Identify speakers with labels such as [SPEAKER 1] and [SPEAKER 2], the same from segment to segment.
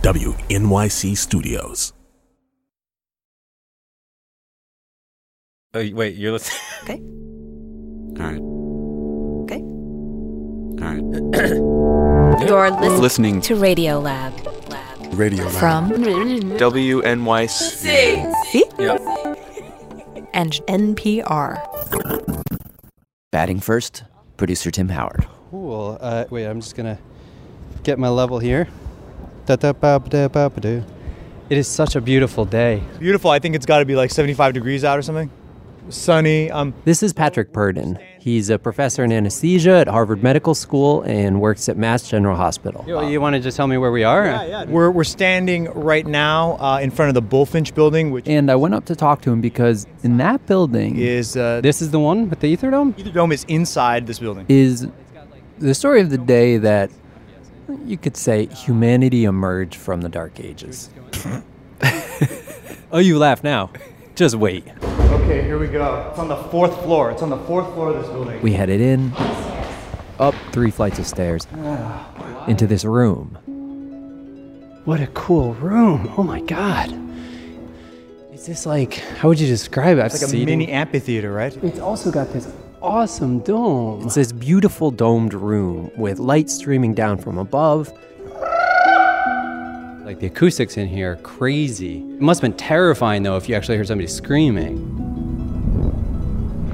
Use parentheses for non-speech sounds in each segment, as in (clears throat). [SPEAKER 1] WNYC Studios.
[SPEAKER 2] Oh, y- wait, you're (laughs) listening.
[SPEAKER 3] Okay.
[SPEAKER 4] All right.
[SPEAKER 3] Okay.
[SPEAKER 4] All right.
[SPEAKER 3] You're listening
[SPEAKER 4] Listening
[SPEAKER 3] to Radio Lab.
[SPEAKER 5] Radio
[SPEAKER 6] From
[SPEAKER 4] WNYC.
[SPEAKER 2] Yeah.
[SPEAKER 3] and NPR.
[SPEAKER 7] Batting first, producer Tim Howard.
[SPEAKER 8] Cool. Uh, wait, I'm just gonna get my level here. Da-da-ba-ba-da-ba-ba-doo. It is such a beautiful day.
[SPEAKER 9] Beautiful. I think it's got to be like 75 degrees out or something. Sunny. Um,
[SPEAKER 10] This is Patrick Purdon. He's a professor in anesthesia at Harvard Medical School and works at Mass General Hospital.
[SPEAKER 8] You, want to just tell me where we are?
[SPEAKER 9] we're, we're standing right now uh, in front of the Bullfinch building, which
[SPEAKER 10] And I went up to talk to him because in that building
[SPEAKER 9] is uh,
[SPEAKER 8] This is the one with the ether dome.
[SPEAKER 9] Ether Dome is inside this building.
[SPEAKER 10] is the story of the day that you could say humanity emerged from the dark ages. (laughs) oh, you laugh now. Just wait.
[SPEAKER 9] Okay, here we go. It's on the fourth floor. It's on the fourth floor of this building.
[SPEAKER 10] We headed in, up three flights of stairs,
[SPEAKER 8] (sighs)
[SPEAKER 10] into this room.
[SPEAKER 8] What a cool room! Oh my god. Is this like how would you describe it?
[SPEAKER 9] It's like a mini amphitheater, right?
[SPEAKER 8] It's also got this awesome dome.
[SPEAKER 10] It's this beautiful domed room with light streaming down from above.
[SPEAKER 8] Like the acoustics in here, are crazy. It must have been terrifying though if you actually heard somebody screaming.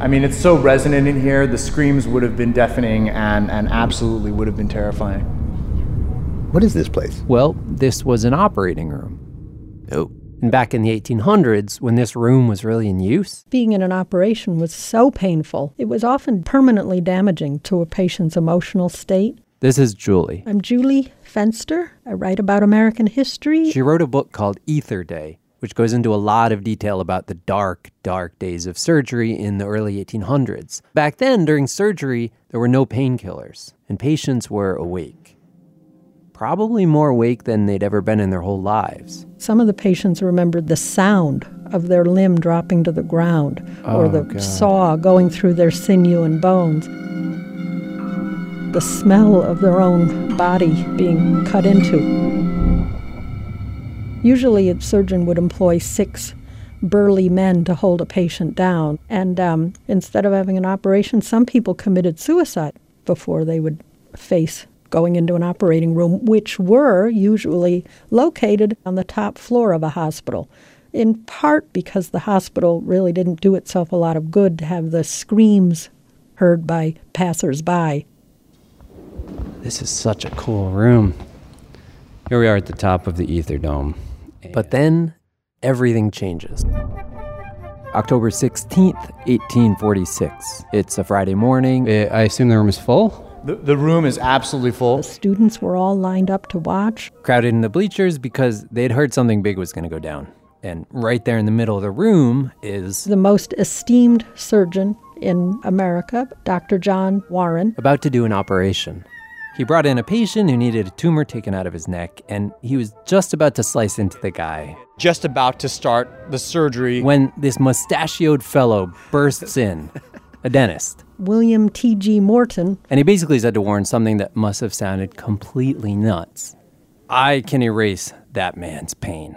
[SPEAKER 9] I mean, it's so resonant in here. The screams would have been deafening and, and absolutely would have been terrifying.
[SPEAKER 5] What is this place?
[SPEAKER 10] Well, this was an operating room.
[SPEAKER 7] Oh,
[SPEAKER 10] And back in the 1800s, when this room was really in use,
[SPEAKER 11] Being in an operation was so painful. It was often permanently damaging to a patient's emotional state.
[SPEAKER 10] this is Julie.
[SPEAKER 11] I'm Julie Fenster. I write about American history.
[SPEAKER 10] She wrote a book called Ether Day, which goes into a lot of detail about the dark, dark days of surgery in the early 1800s. Back then, during surgery, there were no painkillers, and patients were awake. Probably more awake than they'd ever been in their whole lives.
[SPEAKER 11] Some of the patients remembered the sound of their limb dropping to the ground or the saw going through their sinew and bones. The smell of their own body being cut into. Usually, a surgeon would employ six burly men to hold a patient down. And um, instead of having an operation, some people committed suicide before they would face going into an operating room, which were usually located on the top floor of a hospital. In part because the hospital really didn't do itself a lot of good to have the screams heard by passersby.
[SPEAKER 8] This is such a cool room. Here we are at the top of the ether dome.
[SPEAKER 10] But then everything changes. October 16th, 1846. It's a Friday morning.
[SPEAKER 8] Uh, I assume the room is full.
[SPEAKER 9] The, the room is absolutely full.
[SPEAKER 11] The students were all lined up to watch.
[SPEAKER 10] crowded in the bleachers because they'd heard something big was going to go down. And right there in the middle of the room is
[SPEAKER 11] The most esteemed surgeon in America, Dr. John Warren,
[SPEAKER 10] about to do an operation. He brought in a patient who needed a tumor taken out of his neck, and he was just about to slice into the guy
[SPEAKER 9] Just about to start the surgery.
[SPEAKER 10] when this mustachioed fellow bursts in, a dentist.
[SPEAKER 11] William T.G. Morton,
[SPEAKER 10] And he basically said to Warren something that must have sounded completely nuts. I can erase that man's pain.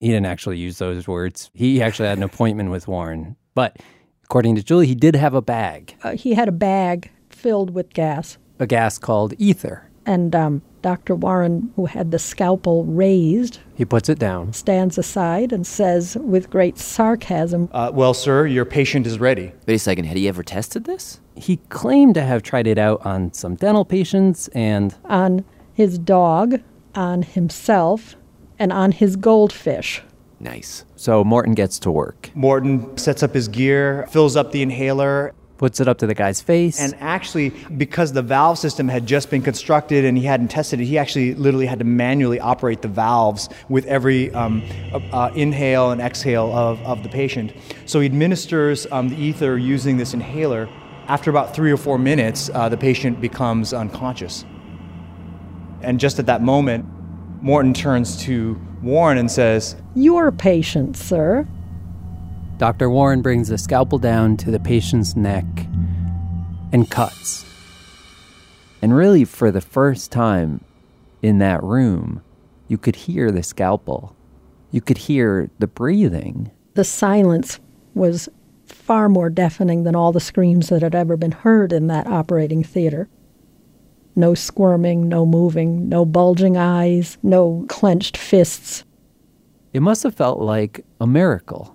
[SPEAKER 10] He didn't actually use those words. He actually had an appointment with Warren. But according to Julie, he did have a bag,
[SPEAKER 11] uh, he had a bag filled with gas.
[SPEAKER 10] a gas called ether.
[SPEAKER 11] And um, Dr. Warren, who had the scalpel raised,
[SPEAKER 10] He puts it down.
[SPEAKER 11] stands aside and says with great sarcasm,
[SPEAKER 9] Uh, well, sir, your patient is ready.
[SPEAKER 7] wait a second. Had he ever tested this?
[SPEAKER 10] He claimed to have tried it out on some dental patients and
[SPEAKER 11] on his dog, on himself, and on his goldfish.
[SPEAKER 7] Nice.
[SPEAKER 10] so Morton gets to work.
[SPEAKER 9] Morton sets up his gear, fills up the inhaler.
[SPEAKER 10] puts it up to the guy's face.
[SPEAKER 9] And actually, because the valve system had just been constructed and he hadn't tested it, he actually literally had to manually operate the valves with every um, uh, uh, inhale and exhale of, of the patient. So he administers um, the ether using this inhaler. After about three or four minutes, uh, the patient becomes unconscious. And just at that moment, Morton turns to Warren and says,
[SPEAKER 11] Your patient, sir.
[SPEAKER 10] Dr. Warren brings the scalpel down to the patient's neck and cuts.
[SPEAKER 7] And really, for the first time in that room, you could hear the scalpel. You could hear the breathing.
[SPEAKER 11] The silence was far more deafening than all the screams that had ever been heard in that operating theater. No squirming, no moving, no bulging eyes, no clenched fists.
[SPEAKER 10] It must have felt like a miracle.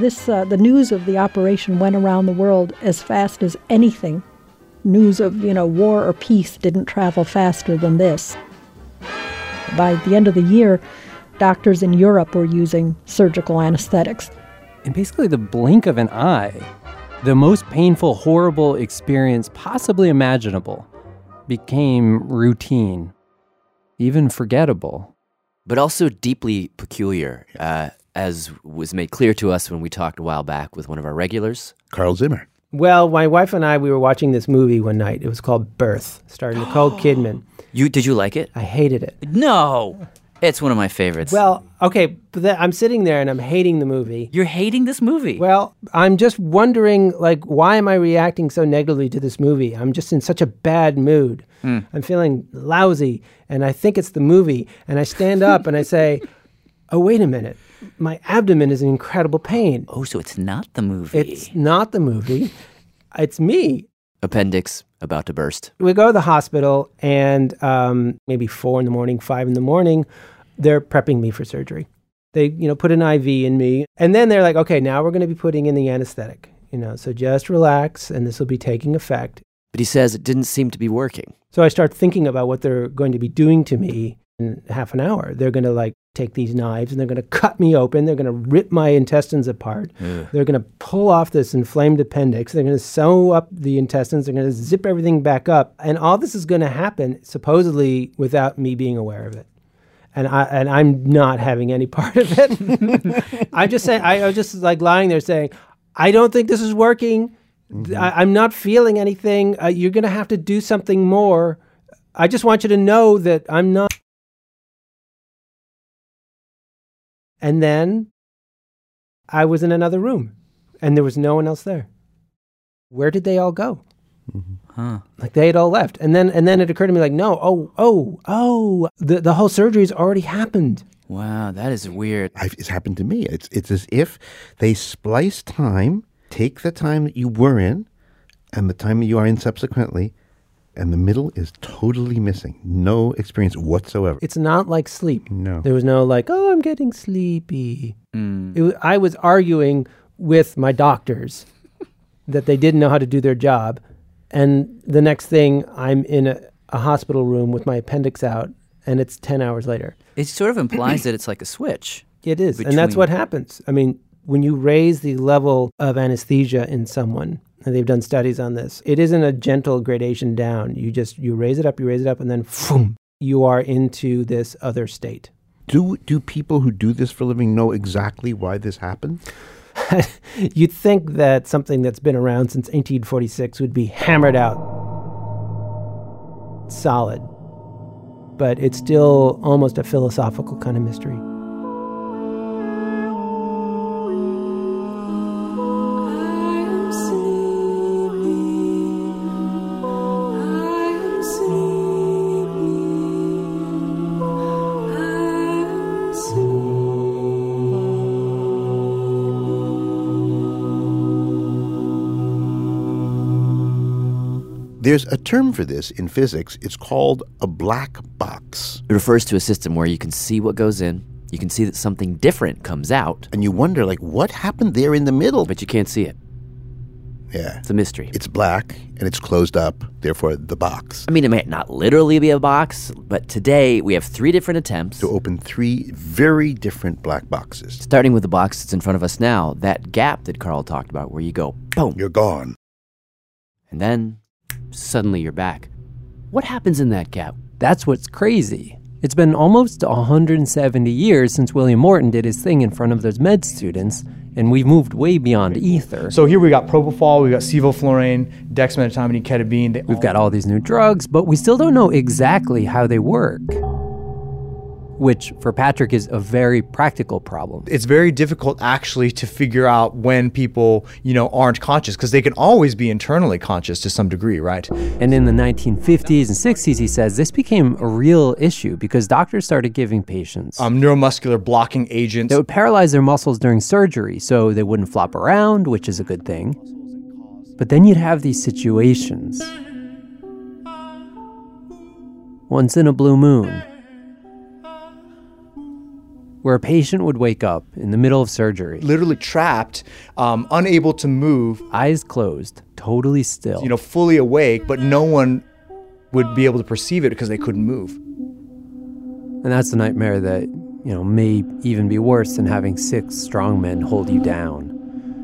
[SPEAKER 11] This, uh, the news of the operation went around the world as fast as anything. News of, you know, war or peace didn't travel faster than this. By the end of the year, doctors in Europe were using surgical anesthetics.
[SPEAKER 10] In basically the blink of an eye, the most painful, horrible experience possibly imaginable became routine, even forgettable.
[SPEAKER 7] But also deeply peculiar. Uh, as was made clear to us when we talked a while back with one of our regulars,
[SPEAKER 5] Carl Zimmer.
[SPEAKER 12] Well, my wife and I we were watching this movie one night. It was called Birth,
[SPEAKER 7] (gasps)
[SPEAKER 12] starring Nicole Kidman.
[SPEAKER 7] You did you like it?
[SPEAKER 12] I hated it.
[SPEAKER 7] No. It's one of my favorites.
[SPEAKER 12] Well, okay, but th- I'm sitting there and I'm hating the movie.
[SPEAKER 7] You're hating this movie.
[SPEAKER 12] Well, I'm just wondering like why am I reacting so negatively to this movie? I'm just in such a bad mood.
[SPEAKER 7] Mm.
[SPEAKER 12] I'm feeling lousy and I think it's the movie and I stand
[SPEAKER 7] (laughs)
[SPEAKER 12] up and I say, "Oh, wait a minute my abdomen is in incredible pain.
[SPEAKER 7] Oh, so it's not the movie.
[SPEAKER 12] It's not the movie. It's me.
[SPEAKER 7] Appendix about to burst.
[SPEAKER 12] We go to the hospital, and um, maybe four in the morning, five in the morning, they're prepping me for surgery. They, you know, put an IV in me, and then they're like, "Okay, now we're going to be putting in the anesthetic. You know, so just relax, and this will be taking effect."
[SPEAKER 7] But he says it didn't seem to be working.
[SPEAKER 12] So I start thinking about what they're going to be doing to me in half an hour. They're going to like take these knives and they're going to (laughs) cut me open. They're going to rip my intestines apart.
[SPEAKER 7] Ugh.
[SPEAKER 12] They're going to pull off this inflamed appendix. They're going to sew up the intestines. They're going to zip everything back up. And all this is going to happen supposedly without me being aware of it. And I and I'm not having any (laughs) part of it. (laughs) I'm just saying I, I was just like lying there saying, I don't think this is working. Th- I, am not feeling anything. Uh, you're going to have to do something more. I just want you to know that I'm not. And then I was in another room and there was no one else there. Where did they all go?
[SPEAKER 7] Huh.
[SPEAKER 12] Like they had all left. And then and then it occurred to me like, no, oh, oh, oh, the the whole surgery's already happened.
[SPEAKER 7] Wow, that is weird.
[SPEAKER 5] I've, it's happened to me. It's it's as if they splice time, take the time that you were in, and the time you are in subsequently, and the middle is totally missing. No experience whatsoever.
[SPEAKER 12] It's not like sleep.
[SPEAKER 5] No.
[SPEAKER 12] There was no like, oh, I'm getting sleepy.
[SPEAKER 7] Mm.
[SPEAKER 12] It wa- I was arguing with my doctors that they didn't know how to do their job. And the next thing, I'm in a, a hospital room with my appendix out, and it's 10 hours later.
[SPEAKER 7] It sort of implies that it's like a switch.
[SPEAKER 12] It is. And that's
[SPEAKER 7] between-
[SPEAKER 12] what happens. I mean, when you raise the level of anesthesia in someone, and they've done studies on this, it isn't a gentle gradation down. You just you raise it up, you raise it up, and then phoom, you are into this other state.
[SPEAKER 5] Do do people who do this for a living know exactly why this happened?
[SPEAKER 12] (laughs) You'd think that something that's been around since 1846 would be hammered out solid, but it's still almost a philosophical kind of mystery.
[SPEAKER 5] There's a term for this in physics. It's called a black box.
[SPEAKER 7] It refers to a system where you can see what goes in, you can see that something different comes out,
[SPEAKER 5] and you wonder like what happened there in the middle,
[SPEAKER 7] but you can't see it.
[SPEAKER 5] Yeah. It's
[SPEAKER 13] a mystery.
[SPEAKER 5] It's black and it's closed up, therefore the box.
[SPEAKER 13] I mean, it might not literally be a box, but today we have three different attempts
[SPEAKER 5] to open three very different black boxes.
[SPEAKER 13] Starting with the box that's in front of us now, that gap that Carl talked about, where you go, boom,
[SPEAKER 5] you're gone.
[SPEAKER 13] And then suddenly you're back. What happens in that gap?
[SPEAKER 10] That's what's crazy. It's been almost 170 years since William Morton did his thing in front of those med students, and we've moved way beyond ether.
[SPEAKER 9] So here we got propofol, we got sevoflurane, dexmedetomidine, ketamine.
[SPEAKER 10] We've got all these new drugs, but we still don't know exactly how they work. Which for Patrick is a very practical problem.
[SPEAKER 9] It's very difficult actually to figure out when people, you know, aren't conscious because they can always be internally conscious to some degree, right?
[SPEAKER 10] And in the 1950s and 60s, he says this became a real issue because doctors started giving patients
[SPEAKER 9] um, neuromuscular blocking agents
[SPEAKER 10] that would paralyze their muscles during surgery so they wouldn't flop around, which is a good thing. But then you'd have these situations. Once in a blue moon, where a patient would wake up in the middle of surgery.
[SPEAKER 9] Literally trapped, um, unable to move.
[SPEAKER 10] Eyes closed, totally still.
[SPEAKER 9] You know, fully awake, but no one would be able to perceive it because they couldn't move.
[SPEAKER 10] And that's a nightmare that, you know, may even be worse than having six strong men hold you down.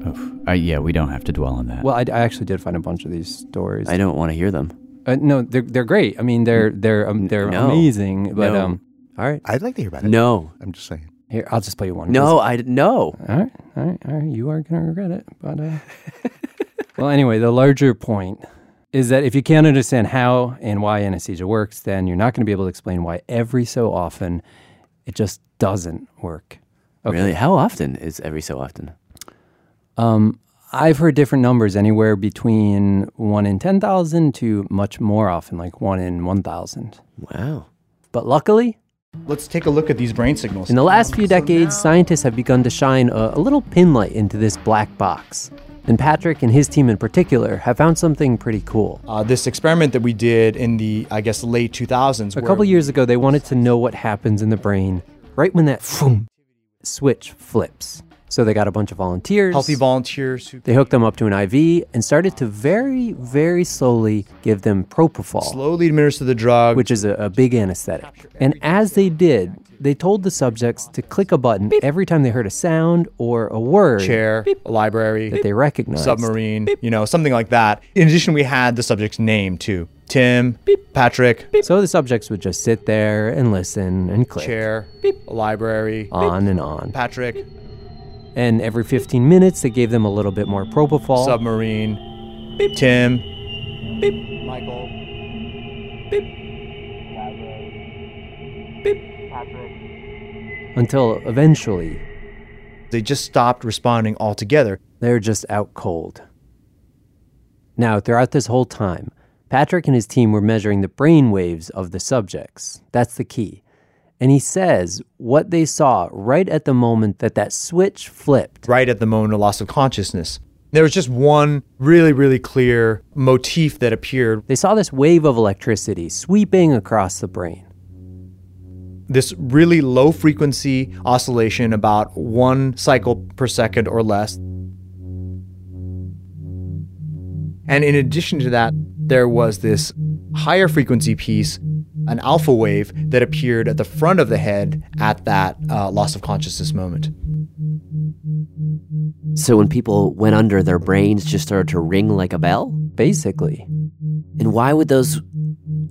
[SPEAKER 14] Oof. Uh, yeah, we don't have to dwell on that.
[SPEAKER 10] Well, I, I, actually did find a bunch of these stories.
[SPEAKER 13] I don't want to hear them.
[SPEAKER 10] Uh, no, they're, they're great. I mean, they're they're um, they're no. amazing. But
[SPEAKER 13] no.
[SPEAKER 10] um, all right,
[SPEAKER 5] I'd like to hear about it.
[SPEAKER 13] No,
[SPEAKER 5] I'm just saying.
[SPEAKER 10] Here, I'll just Uh, play you one.
[SPEAKER 13] No, I no.
[SPEAKER 10] All right, all right, all right. You are gonna regret it, but uh... well, anyway, the larger point is that if you can't understand how and why anesthesia works, then you're not gonna be able to explain why every so often it just doesn't work.
[SPEAKER 13] Okay. Really? How often is every so often?
[SPEAKER 10] Um, I've heard different numbers, anywhere between one in ten thousand to much more often, like one in one thousand.
[SPEAKER 13] Wow.
[SPEAKER 10] But luckily,
[SPEAKER 9] Let's take a look at these brain signals.
[SPEAKER 10] In the last few decades, scientists have begun to shine a, a, little pinlight into this black box. And Patrick and his team in particular have found something pretty cool.
[SPEAKER 9] Uh, this experiment that we did in the, I guess, late 2000s.
[SPEAKER 10] A couple years ago, they wanted to know what happens in the brain right when that phoom, switch flips. So they got a bunch of volunteers.
[SPEAKER 9] Healthy volunteers. Who-
[SPEAKER 10] they hooked them up to an IV and started to very, very slowly give them propofol.
[SPEAKER 9] Slowly administer the drug.
[SPEAKER 10] Which is a, a big anesthetic. And as they did, they told the subjects to click a button Beep. every time they heard a sound or a word.
[SPEAKER 9] Chair, Beep. library.
[SPEAKER 10] That they recognized.
[SPEAKER 9] Submarine, Beep. you know, something like that. In addition, we had the subject's name too. Tim, Beep. Patrick.
[SPEAKER 10] Beep. So the subjects would just sit there and listen and click.
[SPEAKER 9] Chair, Beep. library.
[SPEAKER 10] On and on.
[SPEAKER 9] Patrick
[SPEAKER 10] and every 15 minutes they gave them a little bit more propofol.
[SPEAKER 9] Submarine. Beep. Tim. Beep. Michael. Beep. Beep. Patrick.
[SPEAKER 10] Until eventually
[SPEAKER 9] they just stopped responding altogether.
[SPEAKER 10] They're just out cold. Now, throughout this whole time, Patrick and his team were measuring the brain waves of the subjects. That's the key. And he says what they saw right at the moment that that switch flipped.
[SPEAKER 9] Right at the moment of loss of consciousness. There was just one really, really clear motif that appeared.
[SPEAKER 10] They saw this wave of electricity sweeping across the brain.
[SPEAKER 9] This really low frequency oscillation, about one cycle per second or less. And in addition to that, there was this higher frequency piece an alpha wave that appeared at the front of the head at that uh, loss of consciousness moment.
[SPEAKER 13] So, when people went under, their brains just started to ring like a bell?
[SPEAKER 10] Basically.
[SPEAKER 13] And why would those,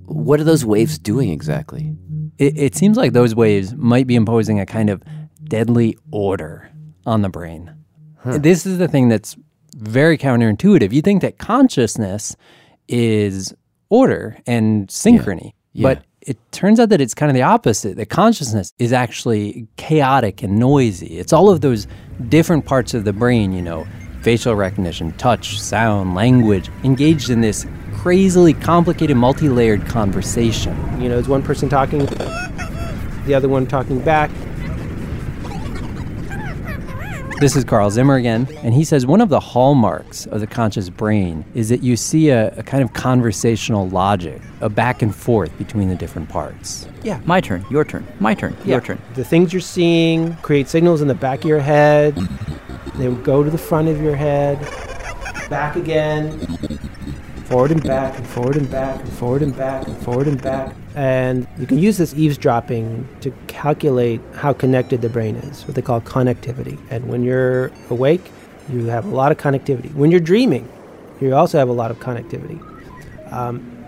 [SPEAKER 13] what are those waves doing exactly?
[SPEAKER 10] It, it seems like those waves might be imposing a kind of deadly order on the brain. Huh. This is the thing that's very counterintuitive. You think that consciousness is order and synchrony. Yeah. Yeah. But it turns out that it's kind of the opposite. That consciousness is actually chaotic and noisy. It's all of those different parts of the brain, you know, facial recognition, touch, sound, language, engaged in this crazily complicated, multi layered conversation.
[SPEAKER 12] You know, it's one person talking, the other one talking back.
[SPEAKER 10] This is Carl Zimmer again, and he says one of the hallmarks of the conscious brain is that you see a, a, kind of conversational logic, a back and forth between the different parts.
[SPEAKER 13] Yeah, my turn, your turn, my turn, yeah. your turn.
[SPEAKER 12] The things you're seeing create signals in the back of your head, they would go to the front of your head. back again, forward and back, and forward and back, and forward and back, and forward and back. And you can use this eavesdropping to calculate how connected the brain is, what they call connectivity. And when you're awake, you have a lot of connectivity. When you're dreaming, you also have a lot of connectivity. Um,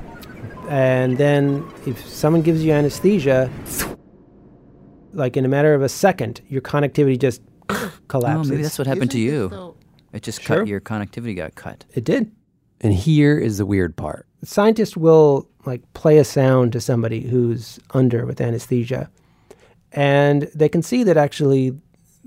[SPEAKER 12] and then if someone gives you anesthesia, like in a matter of a second, your connectivity just collapses.
[SPEAKER 14] Oh, maybe that's what happened to you. It just cut your connectivity got cut.
[SPEAKER 12] It did.
[SPEAKER 10] And here is the weird part.
[SPEAKER 12] Scientists will like play a sound to somebody who's under with anesthesia, and they can see that actually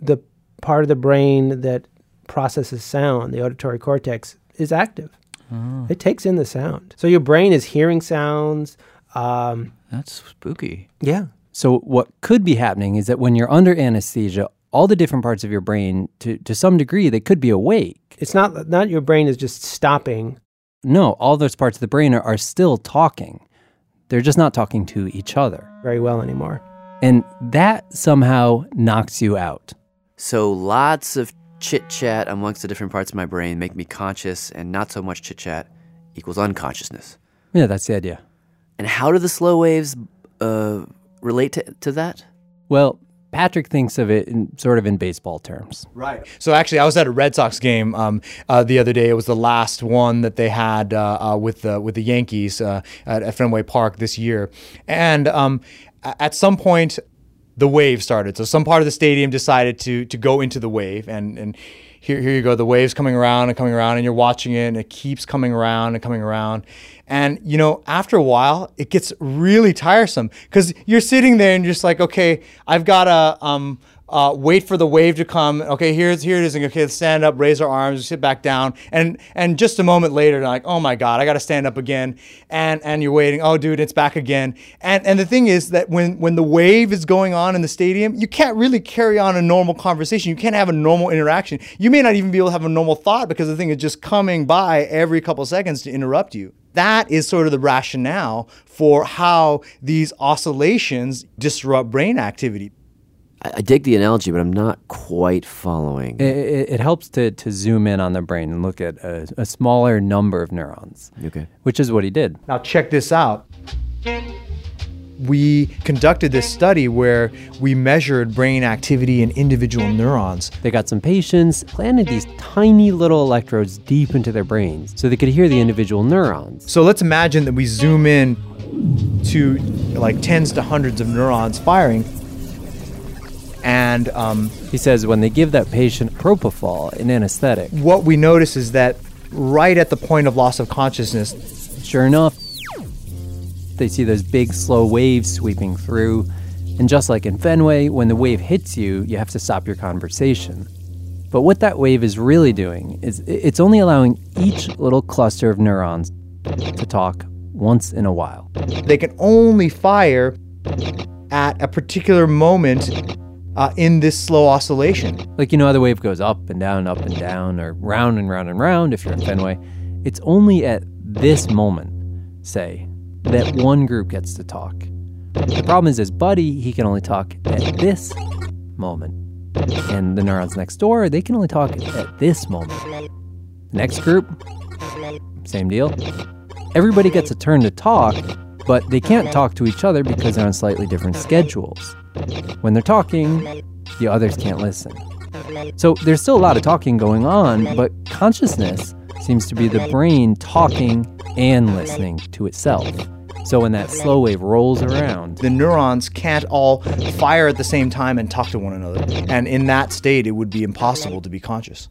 [SPEAKER 12] the part of the brain that processes sound, the auditory cortex, is active.
[SPEAKER 14] Oh.
[SPEAKER 12] It takes in the sound. So your brain is hearing sounds. Um,
[SPEAKER 14] That's spooky.
[SPEAKER 12] Yeah.
[SPEAKER 10] So what could be happening is that when you're under anesthesia, all the different parts of your brain, to, to some degree, they could be awake.
[SPEAKER 12] It's not not your brain is just stopping.
[SPEAKER 10] No, all those parts of the brain are, are still talking. They're just not talking to each other
[SPEAKER 12] very well anymore.
[SPEAKER 10] And that somehow knocks you out.
[SPEAKER 13] So lots of chit chat amongst the different parts of my brain make me conscious, and not so much chit chat equals unconsciousness.
[SPEAKER 10] Yeah, that's the idea.
[SPEAKER 13] And how do the slow waves uh, relate to, to that?
[SPEAKER 10] Well, Patrick thinks of it in, sort of in baseball terms.
[SPEAKER 9] Right. So actually, I was at a Red Sox game um, uh, the other day. It was the last one that they had uh, uh, with the with the Yankees uh, at, at Fenway Park this year, and um, a- at some point, the wave started. So some part of the stadium decided to to go into the wave, and and here here you go. The wave's coming around and coming around, and you're watching it, and it keeps coming around and coming around, and you know after a while, it gets really tiresome because you're sitting there and you're just like, okay, I've got to um. Uh, wait for the wave to come. Okay, here's here it is. And, okay, let's stand up, raise our arms, sit back down, and and just a moment later, like, oh my God, I got to stand up again. And and you're waiting. Oh, dude, it's back again. And and the thing is that when when the wave is going on in the stadium, you can't really carry on a normal conversation. You can't have a normal interaction. You may not even be able to have a normal thought because the thing is just coming by every couple seconds to interrupt you. That is sort of the rationale for how these oscillations disrupt brain activity.
[SPEAKER 13] I, I dig the analogy, but I'm not quite following.
[SPEAKER 10] It, it, it helps to, to zoom in on the brain and look at a, a smaller number of neurons,
[SPEAKER 13] Okay.
[SPEAKER 10] which is what he did.
[SPEAKER 9] Now, check this out. We conducted this study where we measured brain activity in individual neurons.
[SPEAKER 10] They got some patients, planted these tiny little electrodes deep into their brains so they could hear the individual neurons.
[SPEAKER 9] So let's imagine that we zoom in to like tens to hundreds of neurons firing. And um,
[SPEAKER 10] he says when they give that patient propofol, an anesthetic,
[SPEAKER 9] what we notice is that right at the point of loss of consciousness,
[SPEAKER 10] sure enough, they see those big slow waves sweeping through. And just like in Fenway, when the wave hits you, you have to stop your conversation. But what that wave is really doing is i- it's only allowing each little cluster of neurons to talk once in a while.
[SPEAKER 9] they can only fire at a particular moment uh, in this slow oscillation.
[SPEAKER 10] Like, you know how the wave goes up and down, up and down, or round and round and round if you're in Fenway. It's only at this moment, say, that one group gets to talk. The problem is, as Buddy, he can only talk at this moment. And the neurons next door, they can only talk at this moment. Next group, same deal. Everybody gets a turn to talk, but they can't talk to each other because they're on slightly different schedules. When they're talking, the others can't listen. So there's still a lot of talking going on, but consciousness seems to be the brain talking and listening to itself. So when that slow wave rolls around,
[SPEAKER 9] The neurons can't all fire at the same time and talk to one another. And in that state, it would be impossible to be conscious.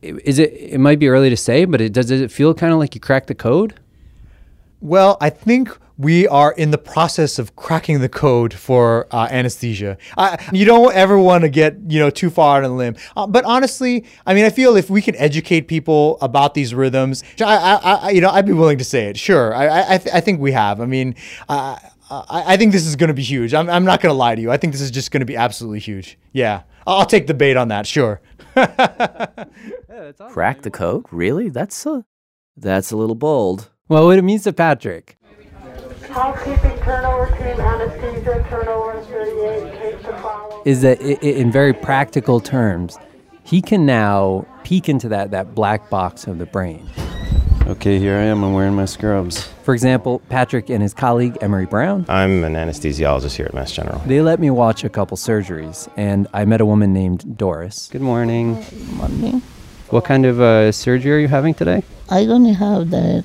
[SPEAKER 10] is it? It might be early to say, but it does. Does it feel kind of like you cracked the code?
[SPEAKER 9] Well, I think we are in the process of cracking the code for uh, anesthesia. I, you don't ever want to get you know too far on a limb, uh, but honestly, I mean, I feel if we can educate people about these rhythms, I, I, I you know, I'd be willing to say it. Sure, I, I, I th- I think we have. I mean, I, I, I think this is going to be huge. I'm, I'm not going to lie to you. I think this is just going to be absolutely huge. Yeah, I'll I'll take the bait on that. Sure.
[SPEAKER 13] Oh, Crack the code? Really? That's a that's a little bold.
[SPEAKER 10] Well, what it means to Patrick.
[SPEAKER 15] Housekeeping turnover team, anesthesia turnover 38, take the following.
[SPEAKER 10] is that i i in very practical terms, He can now peek into that, that black box of the brain.
[SPEAKER 16] Okay, here I am. I'm wearing my scrubs.
[SPEAKER 10] For example, Patrick and his colleague Emery Brown.
[SPEAKER 17] Uh.
[SPEAKER 16] I'm an anesthesiologist here at Mass General.
[SPEAKER 10] They let me watch a couple surgeries, and I met a woman named Doris.
[SPEAKER 17] Good morning.
[SPEAKER 18] Good morning.
[SPEAKER 17] What kind of uh, surgery are you having today?
[SPEAKER 18] I'm going to have the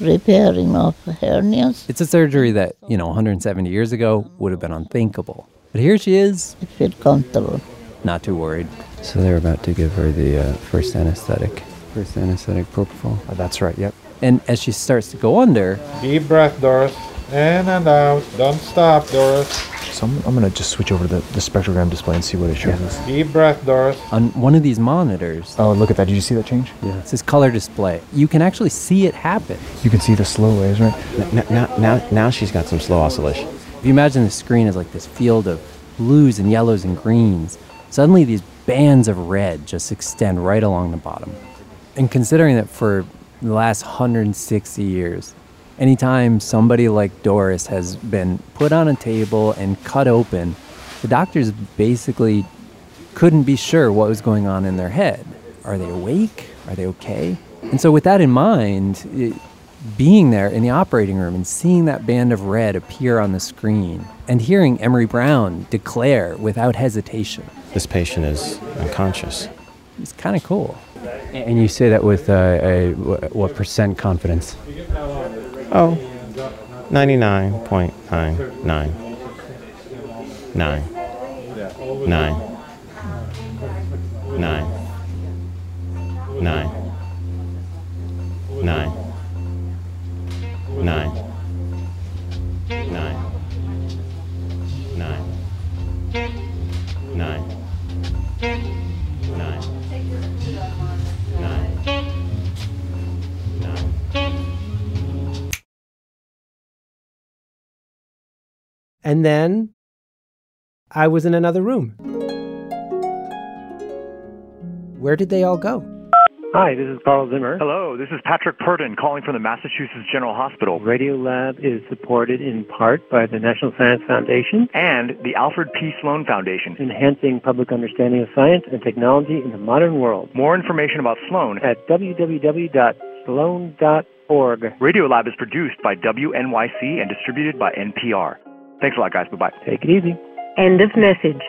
[SPEAKER 18] repairing of hernias.
[SPEAKER 10] It's a surgery that, you know, 170 years ago would have been unthinkable. But here she is.
[SPEAKER 18] I feel comfortable.
[SPEAKER 10] Not too worried.
[SPEAKER 17] So they're about to give her the uh, first anesthetic. First anesthetic propofol.
[SPEAKER 10] Oh, that's right, yep. And as she starts to go under.
[SPEAKER 19] Deep breath, Doris. In and out. Don't stop, Doris.
[SPEAKER 9] So I'm, I'm going to just switch over to the, the spectrogram display and see what it shows us.
[SPEAKER 19] Yeah. Deep breath, Doris.
[SPEAKER 10] On one of these monitors.
[SPEAKER 9] Oh, look at that. Did you see that change?
[SPEAKER 10] Yeah. It's this color display. You can actually see it happen.
[SPEAKER 9] You can see the slow waves, right?
[SPEAKER 16] Now, now, now, now she's got some slow oscillation.
[SPEAKER 10] If you imagine the screen as like this field of blues and yellows and greens, suddenly these bands of red just extend right along the bottom. And considering that for the last 160 years, anytime somebody like Doris has been put on a table and cut open, the doctors basically couldn't be sure what was going on in their head. Are they awake? Are they okay? And so, with that in mind, it, being there in the operating room and seeing that band of red appear on the screen and hearing Emery Brown declare without hesitation
[SPEAKER 16] this patient is unconscious.
[SPEAKER 10] It's kind of cool.
[SPEAKER 17] And you say that with uh, a, what percent confidence?
[SPEAKER 16] Oh, 99.999. Nine. Nine. Nine. Nine. Nine. Nine. Nine. Nine. Nine. Nine.
[SPEAKER 12] And then I was in another room. Where did they all go?
[SPEAKER 20] Hi, this is Carl Zimmer.
[SPEAKER 21] Hello, this is Patrick Purdon calling from the Massachusetts General Hospital.
[SPEAKER 20] Radiolab is supported in part by the National Science Foundation
[SPEAKER 21] and the Alfred P. Sloan Foundation,
[SPEAKER 20] enhancing public understanding of science and technology in the modern world.
[SPEAKER 21] More information about Sloan
[SPEAKER 20] at www.sloan.org.
[SPEAKER 21] Radiolab is produced by WNYC and distributed by NPR. Thanks a lot, guys. Bye bye.
[SPEAKER 20] Take it easy.
[SPEAKER 22] End of message.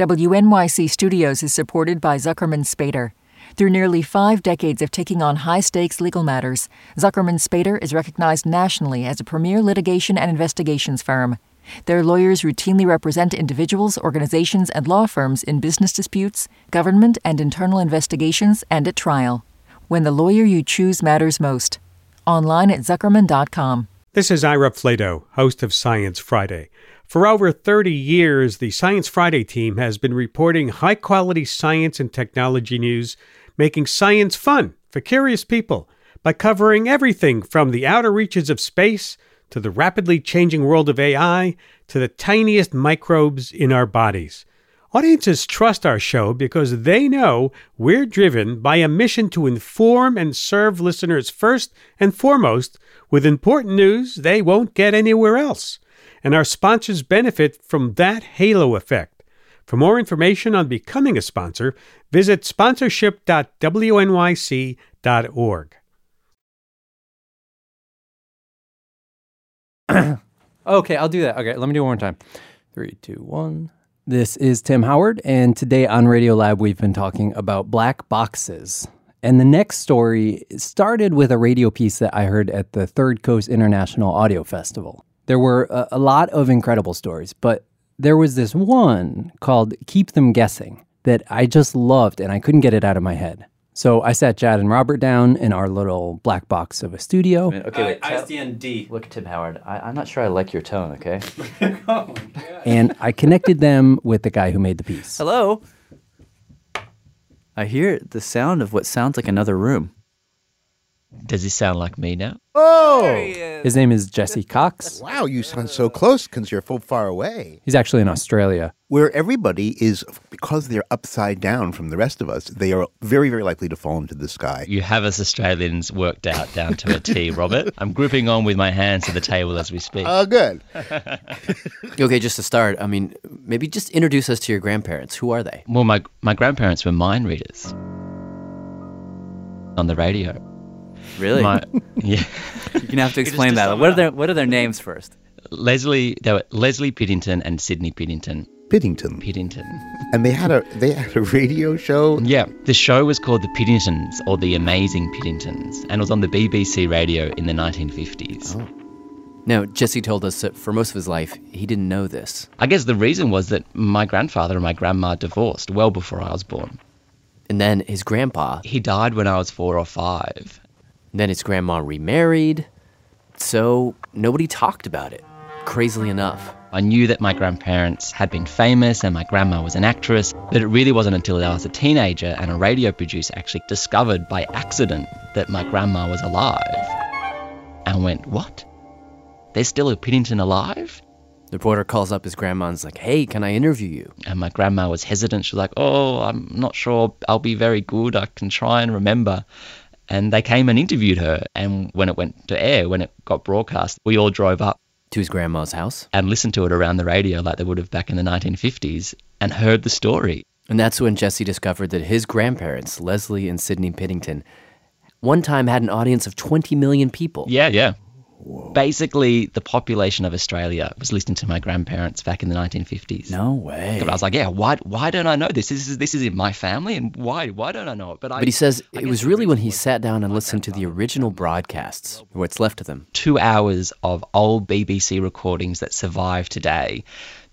[SPEAKER 23] WNYC Studios is supported by Zuckerman Spader. Through nearly five decades of taking on high stakes legal matters, Zuckerman Spader is recognized nationally as a premier litigation and investigations firm. Their lawyers routinely represent individuals, organizations, and law firms in business disputes, government and internal investigations, and at trial. When the lawyer you choose matters most. Online at Zuckerman.com.
[SPEAKER 24] This is Ira Flato, host of Science Friday. For over 30 years, the Science Friday team has been reporting high quality science and technology news, making science fun for curious people by covering everything from the outer reaches of space to the rapidly changing world of AI to the tiniest microbes in our bodies. Audiences trust our show because they know we're driven by a mission to inform and serve listeners first and foremost with important news they won't get anywhere else. And our sponsors benefit from that halo effect. For more information on becoming a sponsor, visit sponsorship.wnyc.org.
[SPEAKER 10] (clears throat) okay, I'll do that. Okay, let me do it one more time. Three, two, one. This is Tim Howard, and today on Radiolab, we've been talking about black boxes. And the next story started with a radio piece that I heard at the Third Coast International Audio Festival. There were a, a lot of incredible stories, but there was this one called Keep Them Guessing that I just loved and I couldn't get it out of my head. So I sat Jad and Robert down in our little black box of a studio.
[SPEAKER 13] Okay, wait.
[SPEAKER 25] I, stand D.
[SPEAKER 13] Look, Tim Howard, I, I'm not sure I like your
[SPEAKER 25] (laughs)
[SPEAKER 13] tone, okay?
[SPEAKER 25] oh,
[SPEAKER 10] and I connected them with the guy who made the piece.
[SPEAKER 13] Hello? I hear the sound of what sounds like another room.
[SPEAKER 1] Does he sound like me now?
[SPEAKER 5] Oh,
[SPEAKER 7] his name is Jesse Cox.
[SPEAKER 5] Wow, you sound so close because you're so far away.
[SPEAKER 7] He's actually in Australia.
[SPEAKER 5] Where everybody is, because they're upside down from the rest of us, they are very, very likely to fall into the sky.
[SPEAKER 1] You have us Australians worked out down to a
[SPEAKER 13] (laughs)
[SPEAKER 1] T, Robert. I'm gripping on with my hands to the table as we speak.
[SPEAKER 5] Oh, good.
[SPEAKER 13] (laughs) okay, just to start, I mean, maybe just introduce us to your grandparents. Who are they?
[SPEAKER 1] Well, my, my grandparents were mind readers on the radio.
[SPEAKER 13] Really? (laughs)
[SPEAKER 1] My- yeah.
[SPEAKER 13] You're gonna have to explain that. What are their What are their names first?
[SPEAKER 1] Leslie, they were Leslie Piddington and Sydney Piddington.
[SPEAKER 5] Piddington.
[SPEAKER 1] Piddington.
[SPEAKER 5] And they had a they had a radio show.
[SPEAKER 1] Yeah, the show was called The Piddingtons or The Amazing Piddingtons, and it was on the BBC radio in the 1950s.
[SPEAKER 5] Oh.
[SPEAKER 13] Now, Jesse told us that for most of his life, he didn't know this.
[SPEAKER 1] I guess the reason was that my grandfather and my grandma divorced well before I was born.
[SPEAKER 13] And then his grandpa.
[SPEAKER 1] He died when I was four or five.
[SPEAKER 13] Then his grandma remarried. So nobody talked about it, crazily enough.
[SPEAKER 1] I knew that my grandparents had been famous and my grandma was an actress, but it really wasn't until I was a teenager and a radio producer actually discovered by accident that my grandma was alive. And went, What? There's still a Piddington alive?
[SPEAKER 13] The reporter calls up his grandma and's like, Hey, can I interview you?
[SPEAKER 1] And my grandma was hesitant. She was like, Oh, I'm not sure I'll be very good. I can try and remember. And they came and interviewed her. And when it went to air, when it got broadcast, we all drove up
[SPEAKER 13] To his grandma's house.
[SPEAKER 1] and listened to it around the radio like they would have back in the 1950s and heard the story.
[SPEAKER 13] And that's when Jesse discovered that his grandparents, Leslie and Sidney Piddington, one time had an audience of 20 million people.
[SPEAKER 1] Yeah, yeah. Basically, the population of Australia was listening to my grandparents back in the 1950s.
[SPEAKER 13] No way.
[SPEAKER 1] But I was like, yeah, why, why don't I know this? This is this is in my family, and why why don't I know it? But I
[SPEAKER 13] But he says it was really when he sat down and listened to the original broadcasts, what's left of them.
[SPEAKER 1] two hours of old BBC recordings that survive today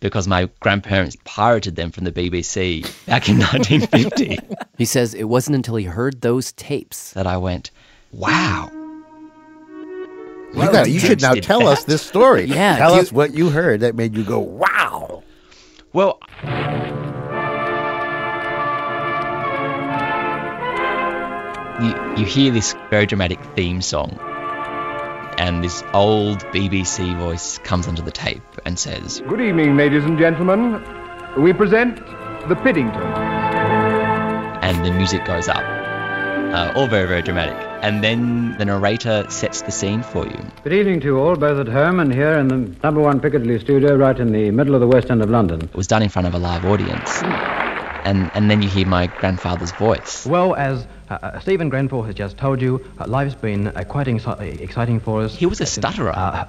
[SPEAKER 1] because my grandparents pirated them from the BBC back in (laughs) 1950
[SPEAKER 13] He says it wasn't until he heard those tapes
[SPEAKER 1] that I went, wow.
[SPEAKER 5] You, got, you should now
[SPEAKER 1] Did
[SPEAKER 5] tell
[SPEAKER 1] that.
[SPEAKER 5] us this story.
[SPEAKER 13] Yeah,
[SPEAKER 5] Tell
[SPEAKER 13] do
[SPEAKER 5] us what you heard that made you go, wow.
[SPEAKER 1] Well, you, you hear this very dramatic theme song, and this old BBC voice comes onto the tape and says,
[SPEAKER 2] Good evening, ladies and gentlemen. We present the Piddington.
[SPEAKER 1] and the music goes up. Uh, all very, very dramatic. And then the narrator sets the scene for you.
[SPEAKER 4] Good evening to you all, both at home and here in the number one Piccadilly studio, right in the middle of the West End of London.
[SPEAKER 1] It was done in front of a live audience. And, and then you hear my grandfather's voice.
[SPEAKER 4] Well, as uh, uh, Stephen Grenfell has just told you, uh, life's been uh, quite exci- exciting for us. He
[SPEAKER 1] was a stutterer.
[SPEAKER 4] Uh,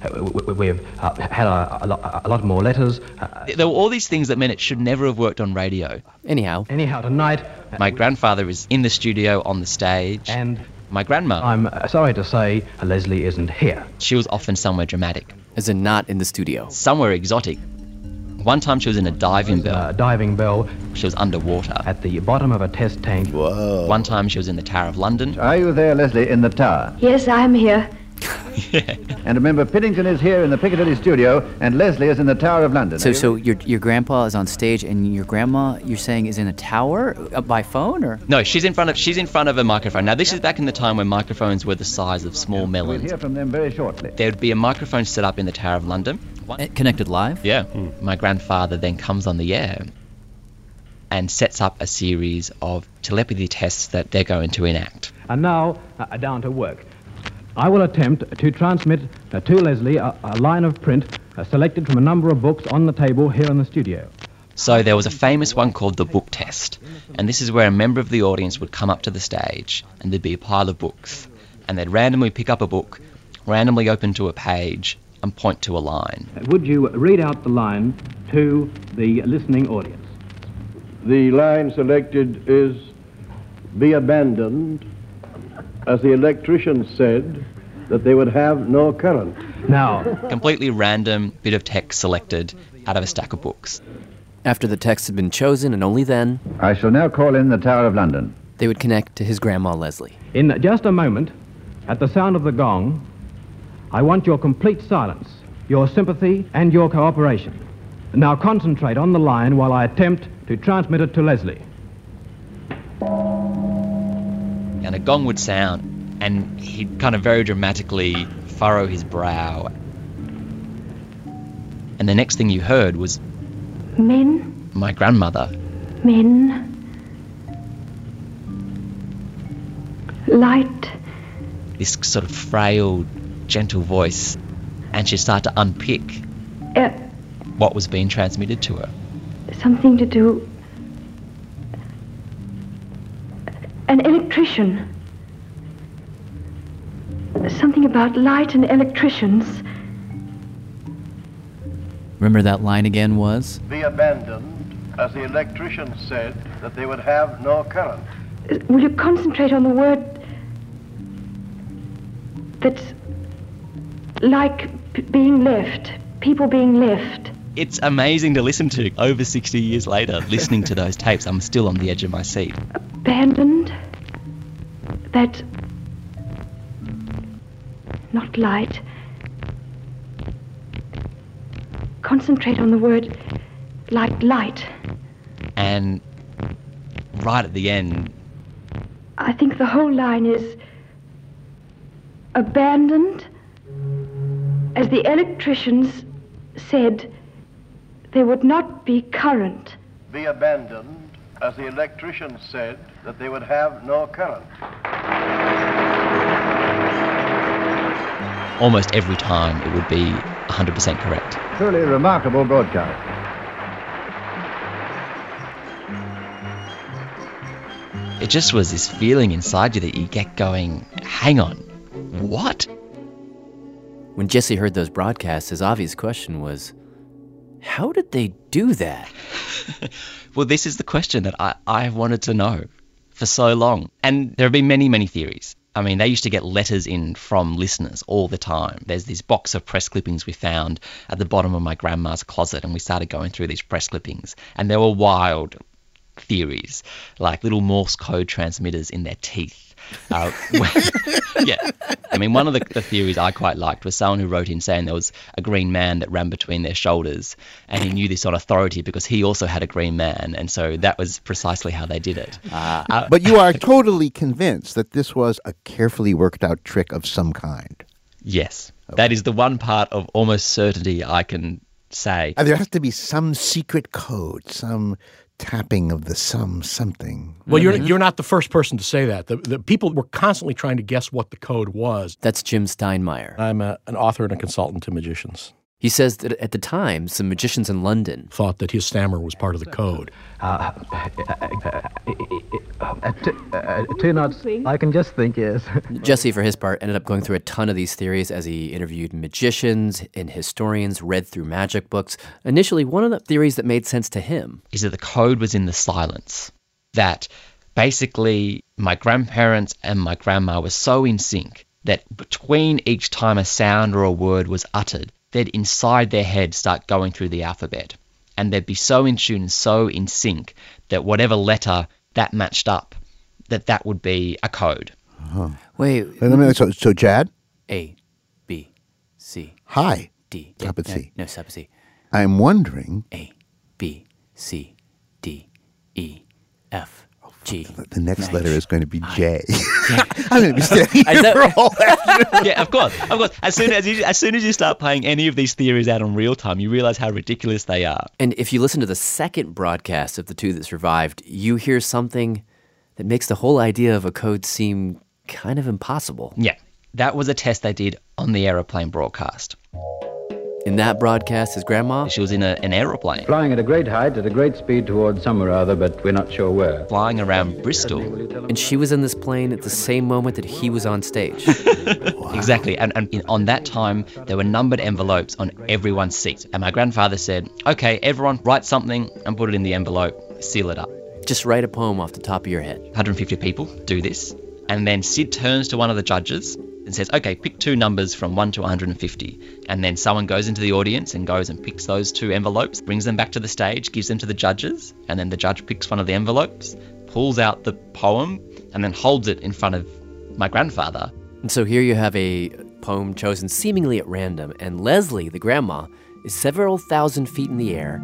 [SPEAKER 4] w- w- we've uh, had a, a, lo- a lot more letters. Uh,
[SPEAKER 1] There were all these things that meant it should never have worked on radio.
[SPEAKER 13] Anyhow,
[SPEAKER 4] anyhow, tonight, uh,
[SPEAKER 1] My grandfather is in the studio on the stage.
[SPEAKER 4] And
[SPEAKER 1] my grandma.
[SPEAKER 4] I'm uh, sorry to say, uh, Leslie isn't here.
[SPEAKER 1] She was often somewhere dramatic,
[SPEAKER 13] as in not in the studio.
[SPEAKER 1] somewhere exotic. One time she was in a diving bell.
[SPEAKER 4] A uh, diving bell
[SPEAKER 1] She was underwater.
[SPEAKER 4] at the bottom of a test tank.
[SPEAKER 5] Whoa.
[SPEAKER 1] One time she was in the Tower of London.
[SPEAKER 2] Are you there, Leslie, in the tower?
[SPEAKER 15] Yes, I'm here.
[SPEAKER 2] And remember, Piddington is here in the Piccadilly studio, and Leslie is in the Tower of London.
[SPEAKER 14] So,
[SPEAKER 2] Are you-
[SPEAKER 14] so your your grandpa is on stage, and your grandma, you're saying, is in a tower uh, by phone, or
[SPEAKER 1] No, she's in front of she's in front of a microphone. Now this is back in the time when microphones were the size of small
[SPEAKER 2] we'll
[SPEAKER 1] melons.
[SPEAKER 2] hear from them very shortly.
[SPEAKER 1] There would be a microphone set up in the Tower of London. One-
[SPEAKER 14] Uh, connected live?
[SPEAKER 1] Yeah. Mm. My grandfather then comes on the air and sets up a series of telepathy tests that they're going to enact.
[SPEAKER 4] And now, uh, down to work. I will attempt to transmit uh, to Leslie a, a line of print uh, selected from a number of books on the table here in the studio.
[SPEAKER 1] So there was a famous one called the book test, and this is where a member of the audience would come up to the stage, and there'd be a pile of books, and they'd randomly pick up a book, randomly open to a page, and point to a line.
[SPEAKER 4] Would you read out the line to the listening audience?
[SPEAKER 26] The line selected is be abandoned, as the electrician said that they would have no current.
[SPEAKER 4] Now,
[SPEAKER 1] Completely random bit of text selected out of a stack of books.
[SPEAKER 13] After the text had been chosen, and only then,
[SPEAKER 2] I shall now call in the Tower of London.
[SPEAKER 13] they would connect to his grandma Leslie.
[SPEAKER 4] in just a moment, at the sound of the gong, I want your complete silence, your sympathy, and your cooperation. Now concentrate on the line while I attempt to transmit it to Leslie.
[SPEAKER 1] And a gong would sound, and he'd kind of very dramatically furrow his brow. And the next thing you heard was
[SPEAKER 3] Men,
[SPEAKER 1] my grandmother.
[SPEAKER 3] men. Light,
[SPEAKER 1] this sort of frail, gentle voice, and she'd start to unpick
[SPEAKER 3] uh,
[SPEAKER 1] what was being transmitted to her.
[SPEAKER 3] something to do. An electrician. Something about light and electricians.
[SPEAKER 14] Remember that line again was?
[SPEAKER 26] Be abandoned, as the electrician said that they would have no current.
[SPEAKER 3] Uh, Will you concentrate on the word that's like p- being left, people being left?
[SPEAKER 1] It's amazing to listen to over 60 years later, (laughs) listening to those tapes. I'm still on the edge of my seat.
[SPEAKER 3] abandoned that not light concentrate on the word like light
[SPEAKER 1] And right at the end,
[SPEAKER 3] i think the whole line is abandoned as the electricians said there would not be current
[SPEAKER 26] Be abandoned, as the electrician said that they would have no current.
[SPEAKER 1] almost every time, it would be 100% correct.
[SPEAKER 2] Truly remarkable broadcast.
[SPEAKER 1] It just was this feeling inside you that you get going, hang on, what?
[SPEAKER 13] When Jesse heard those broadcasts, his obvious question was, How did they do that?
[SPEAKER 1] Well, this is the question that I, I have wanted to know for so long. And there have been many, many theories. I mean, they used to get letters in from listeners all the time. There's this box of press clippings we found at the bottom of my grandma's closet, and we started going through these press clippings. And there were wild theories, like little Morse code transmitters in their teeth. Uh, (laughs) yeah. I mean, one of the, the theories I quite liked was someone who wrote in saying there was a green man that ran between their shoulders, and he knew this on authority because he also had a green man, and so that was precisely how they did it. Uh,
[SPEAKER 5] but you are totally convinced that this was a carefully worked out trick of some kind.
[SPEAKER 1] Yes, that is the one part of almost certainty I can say.
[SPEAKER 5] Uh, There has to be some secret code, some tapping of the some something.
[SPEAKER 8] Well, you're
[SPEAKER 13] Mm-hmm.
[SPEAKER 8] you're not the first person to say that. The, the people were constantly trying to guess what the code was.
[SPEAKER 13] That's Jim Steinmeier.
[SPEAKER 8] I'm a, an author and a consultant to magicians.
[SPEAKER 13] He says that at the time, some magicians in London
[SPEAKER 8] thought that his stammer was part of the code.
[SPEAKER 9] Two knots. Uh, I can just think, yes. (laughs)
[SPEAKER 13] Jesse, for his part, ended up going through a ton of these theories as he interviewed magicians and historians, read through magic books. Initially, one of the theories that made sense to him
[SPEAKER 1] is that the code was in the silence. That basically my grandparents and my grandma were so in sync that between each time a sound or a word was uttered, they'd inside their head start going through the alphabet. And they'd be so in tune and so in sync that whatever letter that matched up, that that would be a code.
[SPEAKER 5] Huh.
[SPEAKER 13] Wait.
[SPEAKER 5] Let me, so, so, Jad,
[SPEAKER 13] A, B, C.
[SPEAKER 5] Hi.
[SPEAKER 13] D.
[SPEAKER 5] Stop at
[SPEAKER 13] no,
[SPEAKER 5] C.
[SPEAKER 13] No, stop at C.
[SPEAKER 5] I'm wondering
[SPEAKER 13] A, B, C, D, E, F, G.
[SPEAKER 5] Oh, the next letter is going to be J. (laughs) I'm going to be standing
[SPEAKER 13] I
[SPEAKER 5] here
[SPEAKER 13] don't-
[SPEAKER 5] for all
[SPEAKER 13] (laughs)
[SPEAKER 5] afternoon.
[SPEAKER 1] (laughs) yeah, of course, of course. As soon as you, as soon as you start playing any of these theories out in real time, you realize how ridiculous they are.
[SPEAKER 13] And if you listen to the second broadcast of the two that survived, you hear something that makes the whole idea of a code seem kind of impossible.
[SPEAKER 1] Yeah, that was a test they did on the aeroplane broadcast.
[SPEAKER 13] In that broadcast, his grandma,
[SPEAKER 1] she was in a, an aeroplane
[SPEAKER 9] Flying at a great height, at a great speed towards somewhere or other, but we're not sure where.
[SPEAKER 1] flying around Bristol.
[SPEAKER 13] and she was in this plane at the same moment that he was on stage.
[SPEAKER 1] (laughs) Exactly. And, and in, on that time, there were numbered envelopes on everyone's seat. And my grandfather said, okay, everyone write something and put it in the envelope, seal it up.
[SPEAKER 13] Just write a poem off the top of your head.
[SPEAKER 1] 150 people do this. And then Sid turns to one of the judges and says, okay, pick two numbers from 1 to 150. And then someone goes into the audience and goes and picks those two envelopes, brings them back to the stage, gives them to the judges. And then the judge picks one of the envelopes, pulls out the poem, and then holds it in front of my grandfather.
[SPEAKER 13] And so here you have a poem chosen seemingly at random, and Leslie, the grandma, is several thousand feet in the air,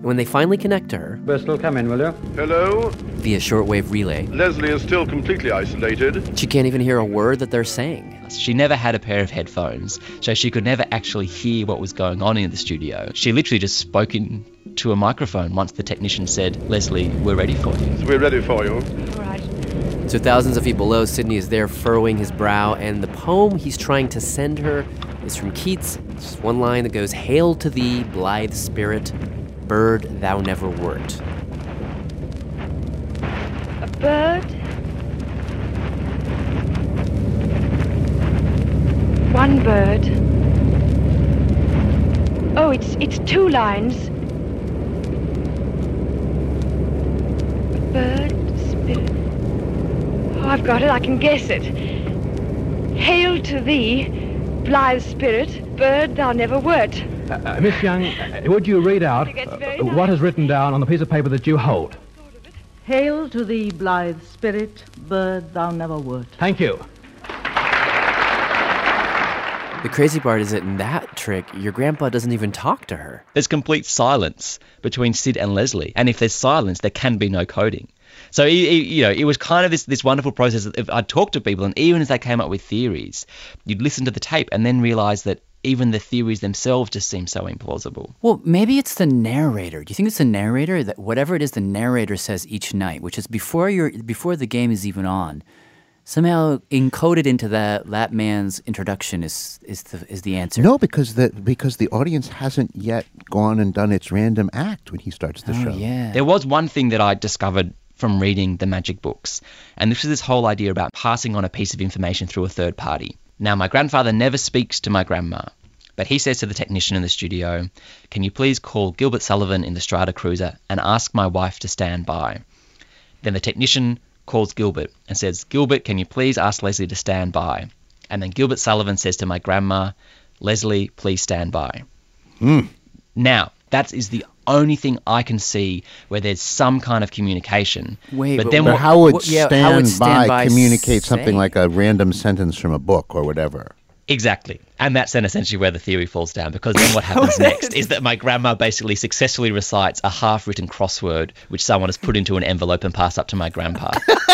[SPEAKER 13] When they finally connect to her
[SPEAKER 9] Bristol, come in, will you?
[SPEAKER 11] Hello?
[SPEAKER 13] via shortwave relay,
[SPEAKER 11] Leslie is still completely isolated.
[SPEAKER 13] she can't even hear a word that they're saying.
[SPEAKER 1] She never had a pair of headphones, so she could never actually hear what was going on in the studio. She literally just spoke in to a microphone once the technician said, Leslie, we're ready for you.
[SPEAKER 11] We're ready for you.
[SPEAKER 13] So, thousands of feet below, Sidney is there furrowing his brow, and the poem he's trying to send her is from Keats. It's just one line that goes Hail to thee, blithe spirit, bird thou never wert.
[SPEAKER 15] A bird?
[SPEAKER 3] One bird. Oh, it's it's two lines. Bird spirit. Oh, I've got it. I can guess it. Hail to thee, blithe spirit, bird thou never wert.
[SPEAKER 4] Uh, uh, Miss Young, uh, would you read out uh, what is written down on the piece of paper that you hold?
[SPEAKER 18] Hail to thee, blithe spirit, bird thou never wert.
[SPEAKER 4] Thank you.
[SPEAKER 13] The crazy part is that in that trick, your grandpa doesn't even talk to her.
[SPEAKER 1] There's complete silence between Sid and Leslie, and if there's silence, there can be no coding. So e- e- you know, it was kind of this this wonderful process. If I talked to people, and even as they came up with theories, you'd listen to the tape and then realize that even the theories themselves just seem so implausible.
[SPEAKER 14] Well, maybe it's the narrator. Do you think it's the narrator that whatever it is the narrator says each night, which is before your before the game is even on, somehow encoded into that that man's introduction is is the is the answer.
[SPEAKER 5] No, because the because the audience hasn't yet gone and done its random act when he starts
[SPEAKER 13] Oh,
[SPEAKER 5] the show.
[SPEAKER 14] Yeah.
[SPEAKER 1] There was one thing that I discovered from reading the magic books, and this was this whole idea about passing on a piece of information through a third party. Now, my grandfather never speaks to my grandma, but he says to the technician in the studio, Can you please call Gilbert Sullivan in the Strata Cruiser and ask my wife to stand by? Then the technician calls Gilbert and says, Gilbert, can you please ask Leslie to stand by? And then Gilbert Sullivan says to my grandma, Leslie, please stand by. Now, that is the only thing I can see where there's some kind of communication.
[SPEAKER 14] Wait,
[SPEAKER 1] but, then
[SPEAKER 5] But
[SPEAKER 1] what,
[SPEAKER 5] how would
[SPEAKER 1] what-
[SPEAKER 5] stand, by, communicate something like a random sentence from a book or whatever?
[SPEAKER 1] Exactly. And that's then essentially where the theory falls down because then
[SPEAKER 5] (laughs)
[SPEAKER 1] what happens next is that my grandma basically successfully recites a half written crossword which someone has put into an envelope and passed up to
[SPEAKER 5] (laughs)
[SPEAKER 1] my grandpa.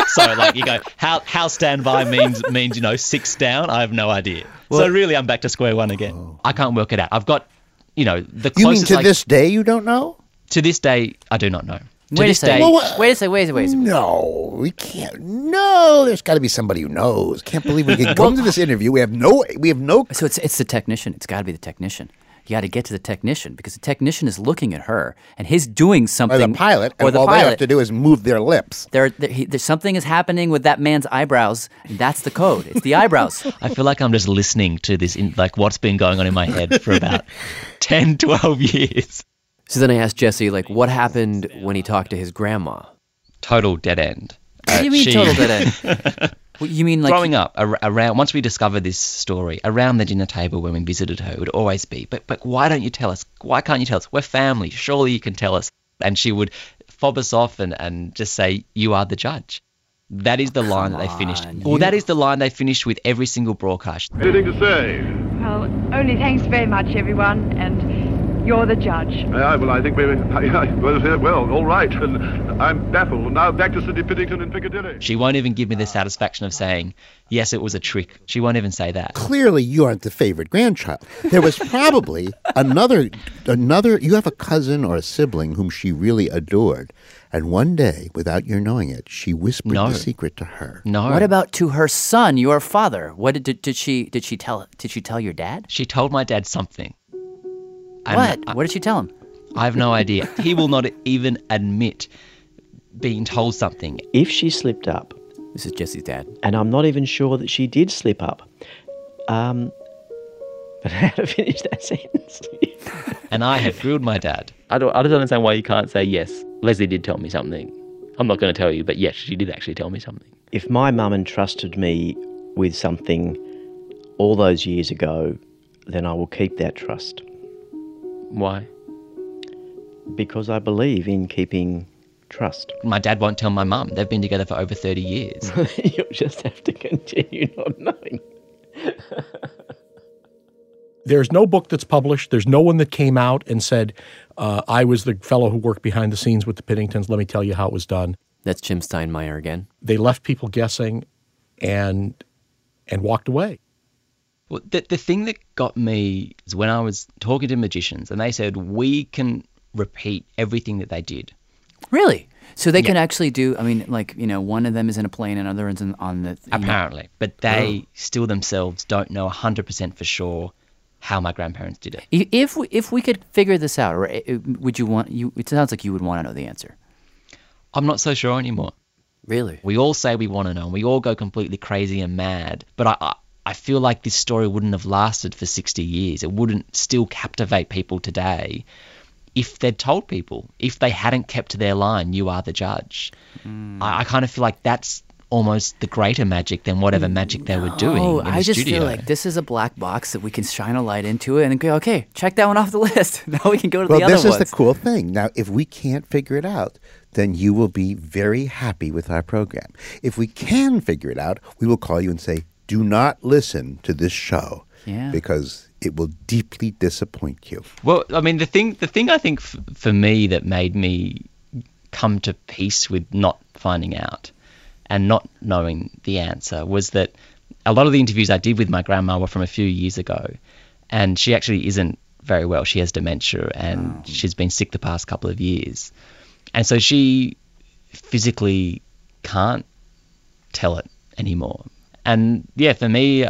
[SPEAKER 1] so like you go, how how stand by means means, you know, six down? I have no idea. so really I'm back to square one again. I can't work it out. I've got you know, the
[SPEAKER 5] oh. You mean
[SPEAKER 1] closest
[SPEAKER 5] to
[SPEAKER 1] I-
[SPEAKER 5] this day you don't know?
[SPEAKER 1] to this day I do not know. To
[SPEAKER 14] Wait a
[SPEAKER 1] this
[SPEAKER 14] second.
[SPEAKER 1] day
[SPEAKER 14] Well, what- Wait a second. Wait a second. Wait a second.
[SPEAKER 5] No, we can't. No, there's got to be somebody who knows. Can't believe we
[SPEAKER 14] (laughs)
[SPEAKER 5] could come to this interview. We have no. We have no.
[SPEAKER 14] So it's it's the technician. It's got to be the technician. You got to get to the technician because the technician is looking at her and he's doing something.
[SPEAKER 5] pilot,
[SPEAKER 14] or
[SPEAKER 5] and
[SPEAKER 14] the
[SPEAKER 5] all
[SPEAKER 14] pilot.
[SPEAKER 5] they have to do is move their lips.
[SPEAKER 14] There, there, he, there, something is happening with that man's eyebrows. And that's the code. It's the
[SPEAKER 5] (laughs)
[SPEAKER 14] eyebrows.
[SPEAKER 1] I feel like I'm just listening to this in like what's been going on in my head for
[SPEAKER 14] (laughs)
[SPEAKER 1] about 10, 12 years.
[SPEAKER 13] So then I asked Jesse, like, what happened when he talked to his grandma?
[SPEAKER 1] Total dead end.
[SPEAKER 14] What do you mean
[SPEAKER 1] she-
[SPEAKER 14] total
[SPEAKER 1] (laughs)
[SPEAKER 14] dead end? you mean like
[SPEAKER 1] growing up ar- around once we discovered this story around the dinner table when we visited her it would always be but but why don't you tell us why can't you tell us we're family surely you can tell us and she would fob us off and, and just say you are the judge that
[SPEAKER 14] Oh,
[SPEAKER 1] is the line that they finished well that is the line they finished with every single broadcast
[SPEAKER 11] Anything to say?
[SPEAKER 18] Well, only thanks very much, everyone, and you're the judge.
[SPEAKER 11] Uh, I, well, I think we. (laughs) I, I, well, yeah, well, all right. And I'm baffled. Now back to Sidney Piddington in Piccadilly.
[SPEAKER 1] she won't even give me the satisfaction of saying yes it was a trick she won't even say that
[SPEAKER 5] Clearly, you aren't the favorite grandchild. There was probably another, another. You have a cousin or a sibling whom she really adored, and one day, without your knowing it, she whispered
[SPEAKER 14] No.
[SPEAKER 5] the secret to her.
[SPEAKER 1] no
[SPEAKER 14] What about to her son, your father? What did, did, did she did she tell did she tell your dad?
[SPEAKER 1] she told my dad something And
[SPEAKER 14] what?
[SPEAKER 1] I-
[SPEAKER 14] what did she tell him?
[SPEAKER 1] I have no idea. He will not even admit being told something.
[SPEAKER 27] If she slipped up,
[SPEAKER 13] This is Jesse's dad.
[SPEAKER 27] and I'm not even sure that she did slip up. Um, but (laughs) how to finish that sentence?
[SPEAKER 1] And I have grilled my dad.
[SPEAKER 28] I don't, I just don't understand why you can't say, yes, Leslie did tell me something. I'm not going to tell you, but yes, she did actually tell me something.
[SPEAKER 27] if my mum entrusted me with something all those years ago, then I will keep that trust
[SPEAKER 28] Why?
[SPEAKER 27] because I believe in keeping trust.
[SPEAKER 1] My dad won't tell my mum. They've been together for over
[SPEAKER 27] (laughs)
[SPEAKER 1] 30 years.
[SPEAKER 27] You'll just have to continue not knowing.
[SPEAKER 8] There's no book that's published. There's no one that came out and said, uh, I was the fellow who worked behind the scenes with the Piddingtons. Let me tell you how it was done.
[SPEAKER 13] That's Jim Steinmeier again.
[SPEAKER 8] They left people guessing and, and walked away.
[SPEAKER 1] Well, the, the thing that got me is when I was talking to magicians and they said, we can repeat everything that they did.
[SPEAKER 14] Really? So they can actually do. I mean, like you know, one of them is in a plane, and other one's in, on the. you know-
[SPEAKER 1] Apparently, but they still themselves don't know 100% for sure how my grandparents did it.
[SPEAKER 14] I- If we, if we could figure this out, or uh, would you want you? It sounds like you would want to know the answer.
[SPEAKER 1] I'm not so sure anymore.
[SPEAKER 14] Really?
[SPEAKER 1] We all say we want to know, and we all go completely crazy and mad. But I, I, I feel like this story wouldn't have lasted for 60 years. It wouldn't still captivate people today if they'd told people, if they hadn't kept to their line, you are the judge.
[SPEAKER 14] Hmm.
[SPEAKER 1] I, I kind of feel like that's almost the greater magic than whatever magic they were doing.
[SPEAKER 14] Oh,
[SPEAKER 1] in
[SPEAKER 14] I
[SPEAKER 1] the
[SPEAKER 14] just
[SPEAKER 1] studio.
[SPEAKER 14] feel like this is a black box that we can shine a light into it and go, okay, check that one off the (laughs) list. now we can go to
[SPEAKER 5] well,
[SPEAKER 14] the other
[SPEAKER 5] this is
[SPEAKER 14] ones.
[SPEAKER 5] the cool thing. Now, if we can't figure it out, then you will be very happy with our program. If we can figure it out, we will call you and say, "Do not listen to this show,
[SPEAKER 14] Yeah.
[SPEAKER 5] because it will deeply disappoint you."
[SPEAKER 1] Well, I mean, the thing the thing I think f- for me that made me come to peace with not finding out and not knowing the answer was that a lot of the interviews I did with my grandma were from a few years ago, and she actually isn't very well. She has dementia and she's been sick the past couple of years, and so she physically can't tell it anymore. And yeah, for me,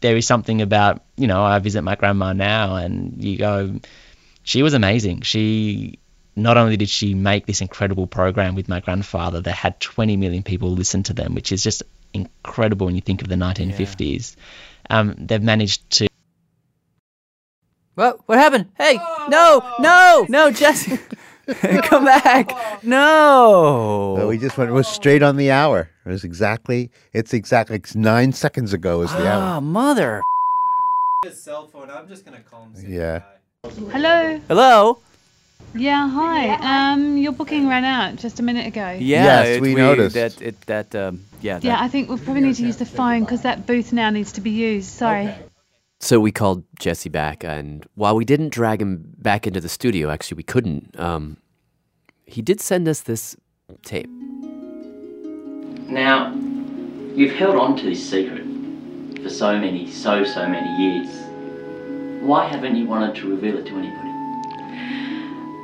[SPEAKER 1] there is something about you know I visit my grandma now and you go she was amazing she not only did she make this incredible program with my grandfather that had 20 million people listen to them which is just incredible when you think of the 1950s um, they've managed to
[SPEAKER 14] What what happened? Hey, no, no, no, Jesse, (laughs) come back. No.
[SPEAKER 5] So we just went was straight on the hour. It was exactly. It's exactly it's nine seconds ago is the hour.
[SPEAKER 14] Ah, mother.
[SPEAKER 12] His cell phone. I'm just gonna call him.
[SPEAKER 5] Yeah.
[SPEAKER 16] Hello.
[SPEAKER 14] Hello.
[SPEAKER 16] Yeah, hi. Um, your booking ran out just a minute ago.
[SPEAKER 14] Yeah,
[SPEAKER 5] Yes, we noticed.
[SPEAKER 14] that. It, that um, yeah.
[SPEAKER 16] Yeah,
[SPEAKER 14] that-
[SPEAKER 16] I think we'll probably need to use the phone because that booth now needs to be used. Sorry.
[SPEAKER 13] So we called Jesse back, and while we didn't drag him back into the studio, actually we couldn't. Um, he did send us this tape.
[SPEAKER 1] now you've held on to this secret for so many so so many years why haven't you wanted to reveal it to anybody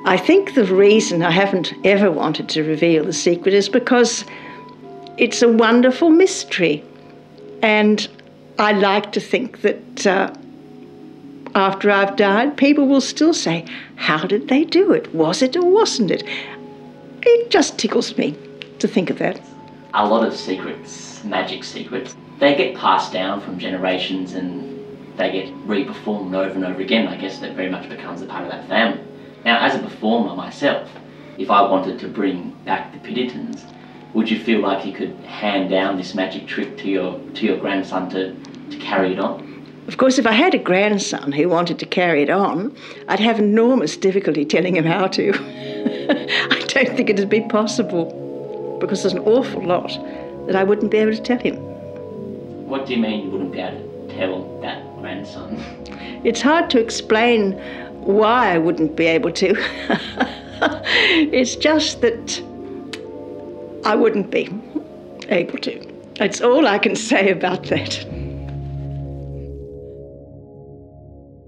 [SPEAKER 29] I think the reason I haven't ever wanted to reveal the secret is because it's a wonderful mystery. And I like to think that uh, after I've died, people will still say, How did they do it? Was it or wasn't it? It just tickles me to think of that.
[SPEAKER 1] a lot of secrets, magic secrets, they get passed down from generations and they get re-performed over and over again. I guess that very much becomes a part of that family. Now, as a performer myself, if I wanted to bring back the Piddingtons, would you feel like you could hand down this magic trick to your to your grandson to, to carry it on?
[SPEAKER 29] Of course, if I had a grandson who wanted to carry it on, I'd have enormous difficulty telling him how to. (laughs) I don't think it'd be possible because there's an awful lot that I wouldn't be able to tell him.
[SPEAKER 1] What do you mean you wouldn't be able to tell that grandson?
[SPEAKER 29] It's hard to explain why I wouldn't be able to. (laughs) it's just that I wouldn't be able to. That's all I can say about that.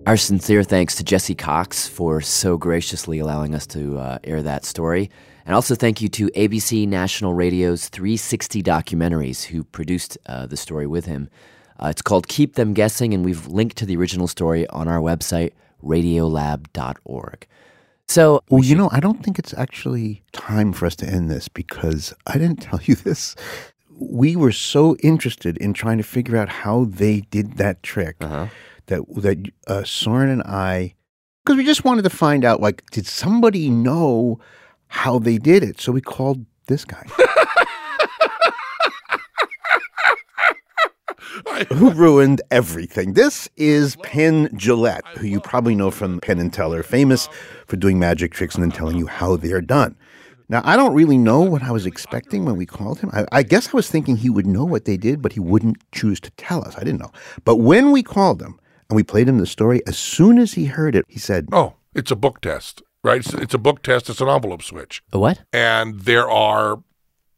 [SPEAKER 13] Our sincere thanks to Jesse Cox for so graciously allowing us to uh, air that story. And also thank you to ABC National Radio's 360 Documentaries, who produced uh, the story with him. Uh, it's called Keep Them Guessing, and we've linked to the original story on our website, radiolab.org. So,
[SPEAKER 5] well, you know, I don't think it's actually time for us to end this because I didn't tell you this. We were so interested in trying to figure out how they did that trick that that uh, Soren and I, because we just wanted to find out, like, did somebody know how they did it? So we called this guy. who ruined everything. This is Penn Gillette, who you probably know from Penn and Teller, famous for doing magic tricks and then telling you how they're done. Now, I don't really know what I was expecting when we called him. I, I guess I was thinking he would know what they did, but he wouldn't choose to tell us. I didn't know. But when we called him, And we played him the story. As soon as he heard it, he said,
[SPEAKER 6] Oh, it's a book test, right? It's, it's a book test. It's an envelope switch.
[SPEAKER 5] A what?
[SPEAKER 6] And there are,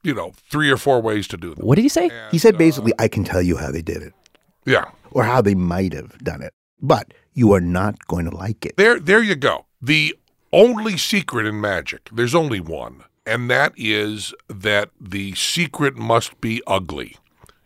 [SPEAKER 6] you know, three or four ways to do them.
[SPEAKER 5] did he say? He said basically, I can tell you how they did it
[SPEAKER 6] uh, Yeah.
[SPEAKER 5] or how they might have done it, but you are not going to like it.
[SPEAKER 6] There, there you go. The only secret in magic, there's only one, and that is that the secret must be ugly.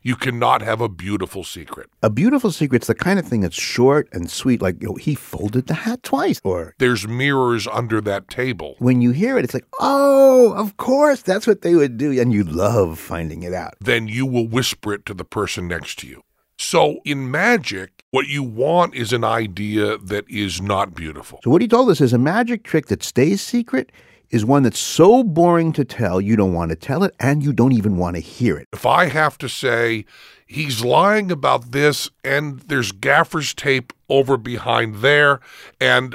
[SPEAKER 6] You cannot have a beautiful secret.
[SPEAKER 5] A beautiful secret's the kind of thing that's short and sweet, like, you know, he folded the hat twice, or
[SPEAKER 6] There's mirrors under that table.
[SPEAKER 5] when you hear it, it's like, oh, of course, that's what they would do. And you love finding it out.
[SPEAKER 6] then you will whisper it to the person next to you. So in magic, what you want is an idea that is not beautiful.
[SPEAKER 5] So, what he told us is a magic trick that stays secret is one that's so boring to tell, you don't want to tell it, and you don't even want to hear it.
[SPEAKER 6] If I have to say, he's lying about this, and there's gaffer's tape over behind there, and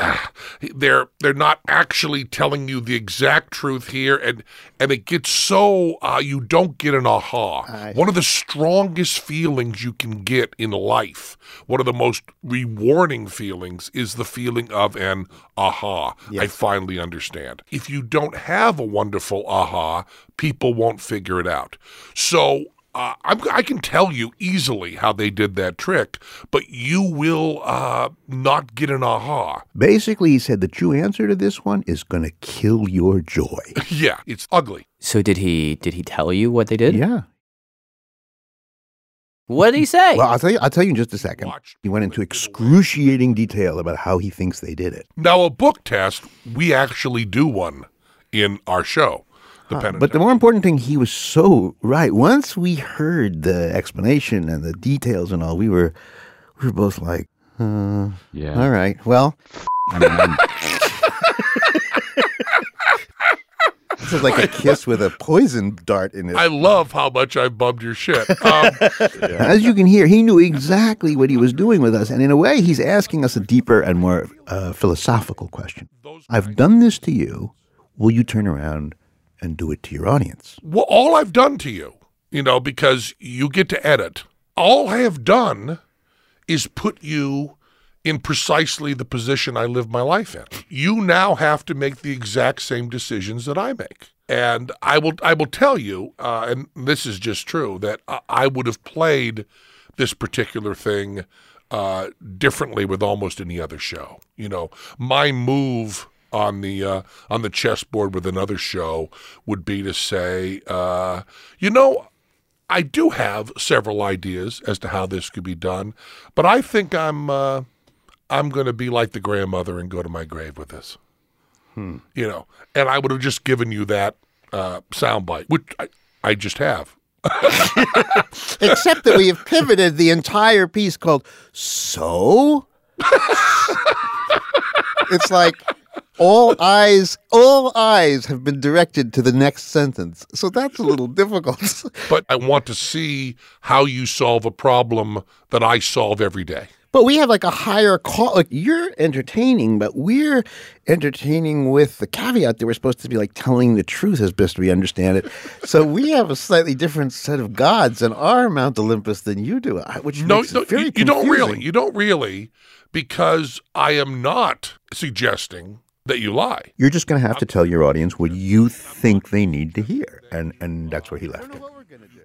[SPEAKER 6] ah, (sighs) they're they're not actually telling you the exact truth here, and and it gets so uh, you don't get an aha. One of the strongest feelings you can get in life, one of the most rewarding feelings, is the feeling of an aha. I finally understand. If you don't have a wonderful aha, people won't figure it out. So uh, I'm, I can tell you easily how they did that trick, but you will uh, not get an aha. (laughs)
[SPEAKER 5] Basically, he said the true answer to this one is going to kill your joy.
[SPEAKER 6] yeah, it's ugly.
[SPEAKER 13] So did he did he tell you what they did?
[SPEAKER 5] Yeah.
[SPEAKER 13] What did he say?
[SPEAKER 5] Well, I'll tell you. I'll tell you in just a second. He went into excruciating detail about how he thinks they did it.
[SPEAKER 6] Now, a book test, we actually do one in our show, The
[SPEAKER 5] Huh.
[SPEAKER 6] Pen and
[SPEAKER 5] But the more important thing, he was so right. Once we heard the explanation and the details and all, we were we were both like, uh,
[SPEAKER 1] Yeah.
[SPEAKER 5] all right, well. this is like a kiss with a poison dart in it.
[SPEAKER 6] I love how much I bubbed
[SPEAKER 5] (laughs)
[SPEAKER 6] your shit. Um,
[SPEAKER 5] As you can hear, he knew exactly what he was doing with us. And in a way, he's asking us a deeper and more uh, philosophical question. I've done this to you. Will you turn around and do it to your audience?
[SPEAKER 6] well, all I've done to you, you know, because you get to edit, all I have done is put you in precisely the position I live my life in. You now have to make the exact same decisions that I make. And I will, I will tell you, uh, and this is just true, that I, I would have played this particular thing uh, differently with almost any other show. You know, my move on the uh, on the chessboard with another show would be to say, uh, you know, I do have several ideas as to how this could be done, but I think I'm uh, I'm going to be like the grandmother and go to my grave with this.
[SPEAKER 5] Hmm.
[SPEAKER 6] You know, and I would have just given you that uh, soundbite, which I, I just have.
[SPEAKER 5] Except that we have pivoted the entire piece called So? it's like all eyes all eyes have been directed to the next sentence. So that's a little difficult. (laughs)
[SPEAKER 6] but I want to see how you solve a problem that I solve every day.
[SPEAKER 5] But we have like a higher call. Like you're entertaining, but we're entertaining with the caveat that we're supposed to be like telling the truth as best we understand it. so we have a slightly different set of gods in our Mount Olympus than you do, I- which
[SPEAKER 6] no,
[SPEAKER 5] makes
[SPEAKER 6] no,
[SPEAKER 5] it very
[SPEAKER 6] you, you don't really.
[SPEAKER 5] confusing.
[SPEAKER 6] You don't really, because I am not suggesting that you lie.
[SPEAKER 5] You're just going to have to tell your audience what you think they need to hear, and and that's where he left it.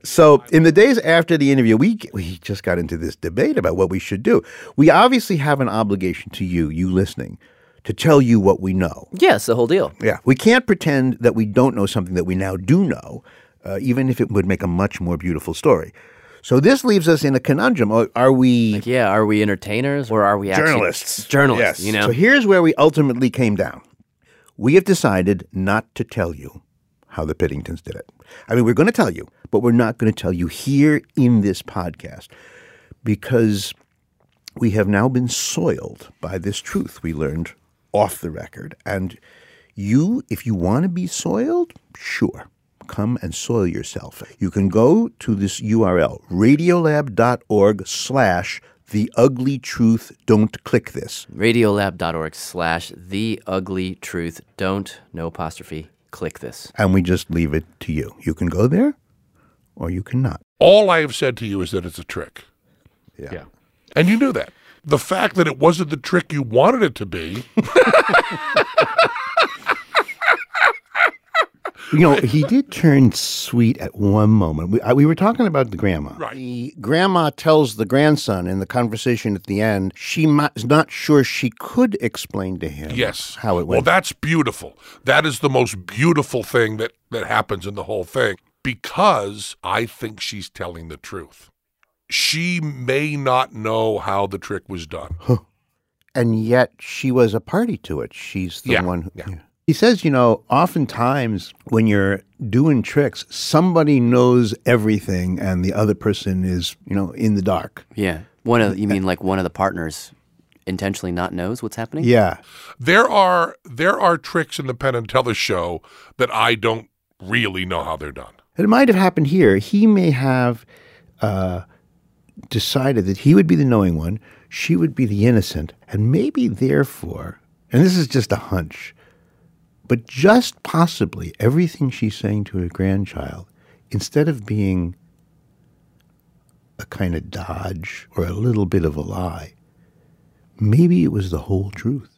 [SPEAKER 5] So in the days after the interview, we we just got into this debate about what we should do. We obviously have an obligation to you, you listening, to tell you what we know.
[SPEAKER 13] Yes, the whole deal.
[SPEAKER 5] Yeah, we can't pretend that we don't know something that we now do know, uh, even if it would make a much more beautiful story. So this leaves us in a conundrum. Are- Are we
[SPEAKER 13] yeah? Are we entertainers or are we actually-
[SPEAKER 5] journalists?
[SPEAKER 13] Journalists, you know.
[SPEAKER 5] So here's where we ultimately came down. We have decided not to tell you how the Piddingtons did it. I mean, we're going to tell you, but we're not going to tell you here in this podcast because we have now been soiled by this truth we learned off the record. And you, if you want to be soiled, sure, come and soil yourself. You can go to this URL, radiolab.org slash the ugly truth. Don't click this.
[SPEAKER 13] Radiolab.org slash the ugly truth. Don't no apostrophe. Click this.
[SPEAKER 5] And we just leave it to you. You can go there or you cannot.
[SPEAKER 6] All I have said to you is that it's a trick.
[SPEAKER 5] Yeah.
[SPEAKER 6] And you knew that. The fact that it wasn't the trick you wanted it to be.
[SPEAKER 5] You know, he did turn sweet at one moment. We, I, we were talking about the grandma.
[SPEAKER 6] Right.
[SPEAKER 5] The grandma tells the grandson in the conversation at the end, she mi- is not sure she could explain to him
[SPEAKER 6] Yes.
[SPEAKER 5] how it
[SPEAKER 6] Well,
[SPEAKER 5] went.
[SPEAKER 6] that's beautiful. That is the most beautiful thing that, that happens in the whole thing because I think she's telling the truth. She may not know how the trick was done.
[SPEAKER 5] and yet she was a party to it. She's the
[SPEAKER 6] Yeah,
[SPEAKER 5] one who. yeah. He says, you know, oftentimes when you're doing tricks, somebody knows everything and the other person is, you know, in the dark.
[SPEAKER 14] Yeah. One of you mean like one of the partners intentionally not knows what's happening?
[SPEAKER 5] Yeah.
[SPEAKER 6] There are there are tricks in the Penn and Teller show that I don't really know how they're done.
[SPEAKER 5] And it might have happened here. He may have uh, decided that he would be the knowing one, she would be the innocent, and maybe therefore, and this is just a hunch, but just possibly everything she's saying to her grandchild, instead of being a kind of dodge or a little bit of a lie, maybe it was the whole truth.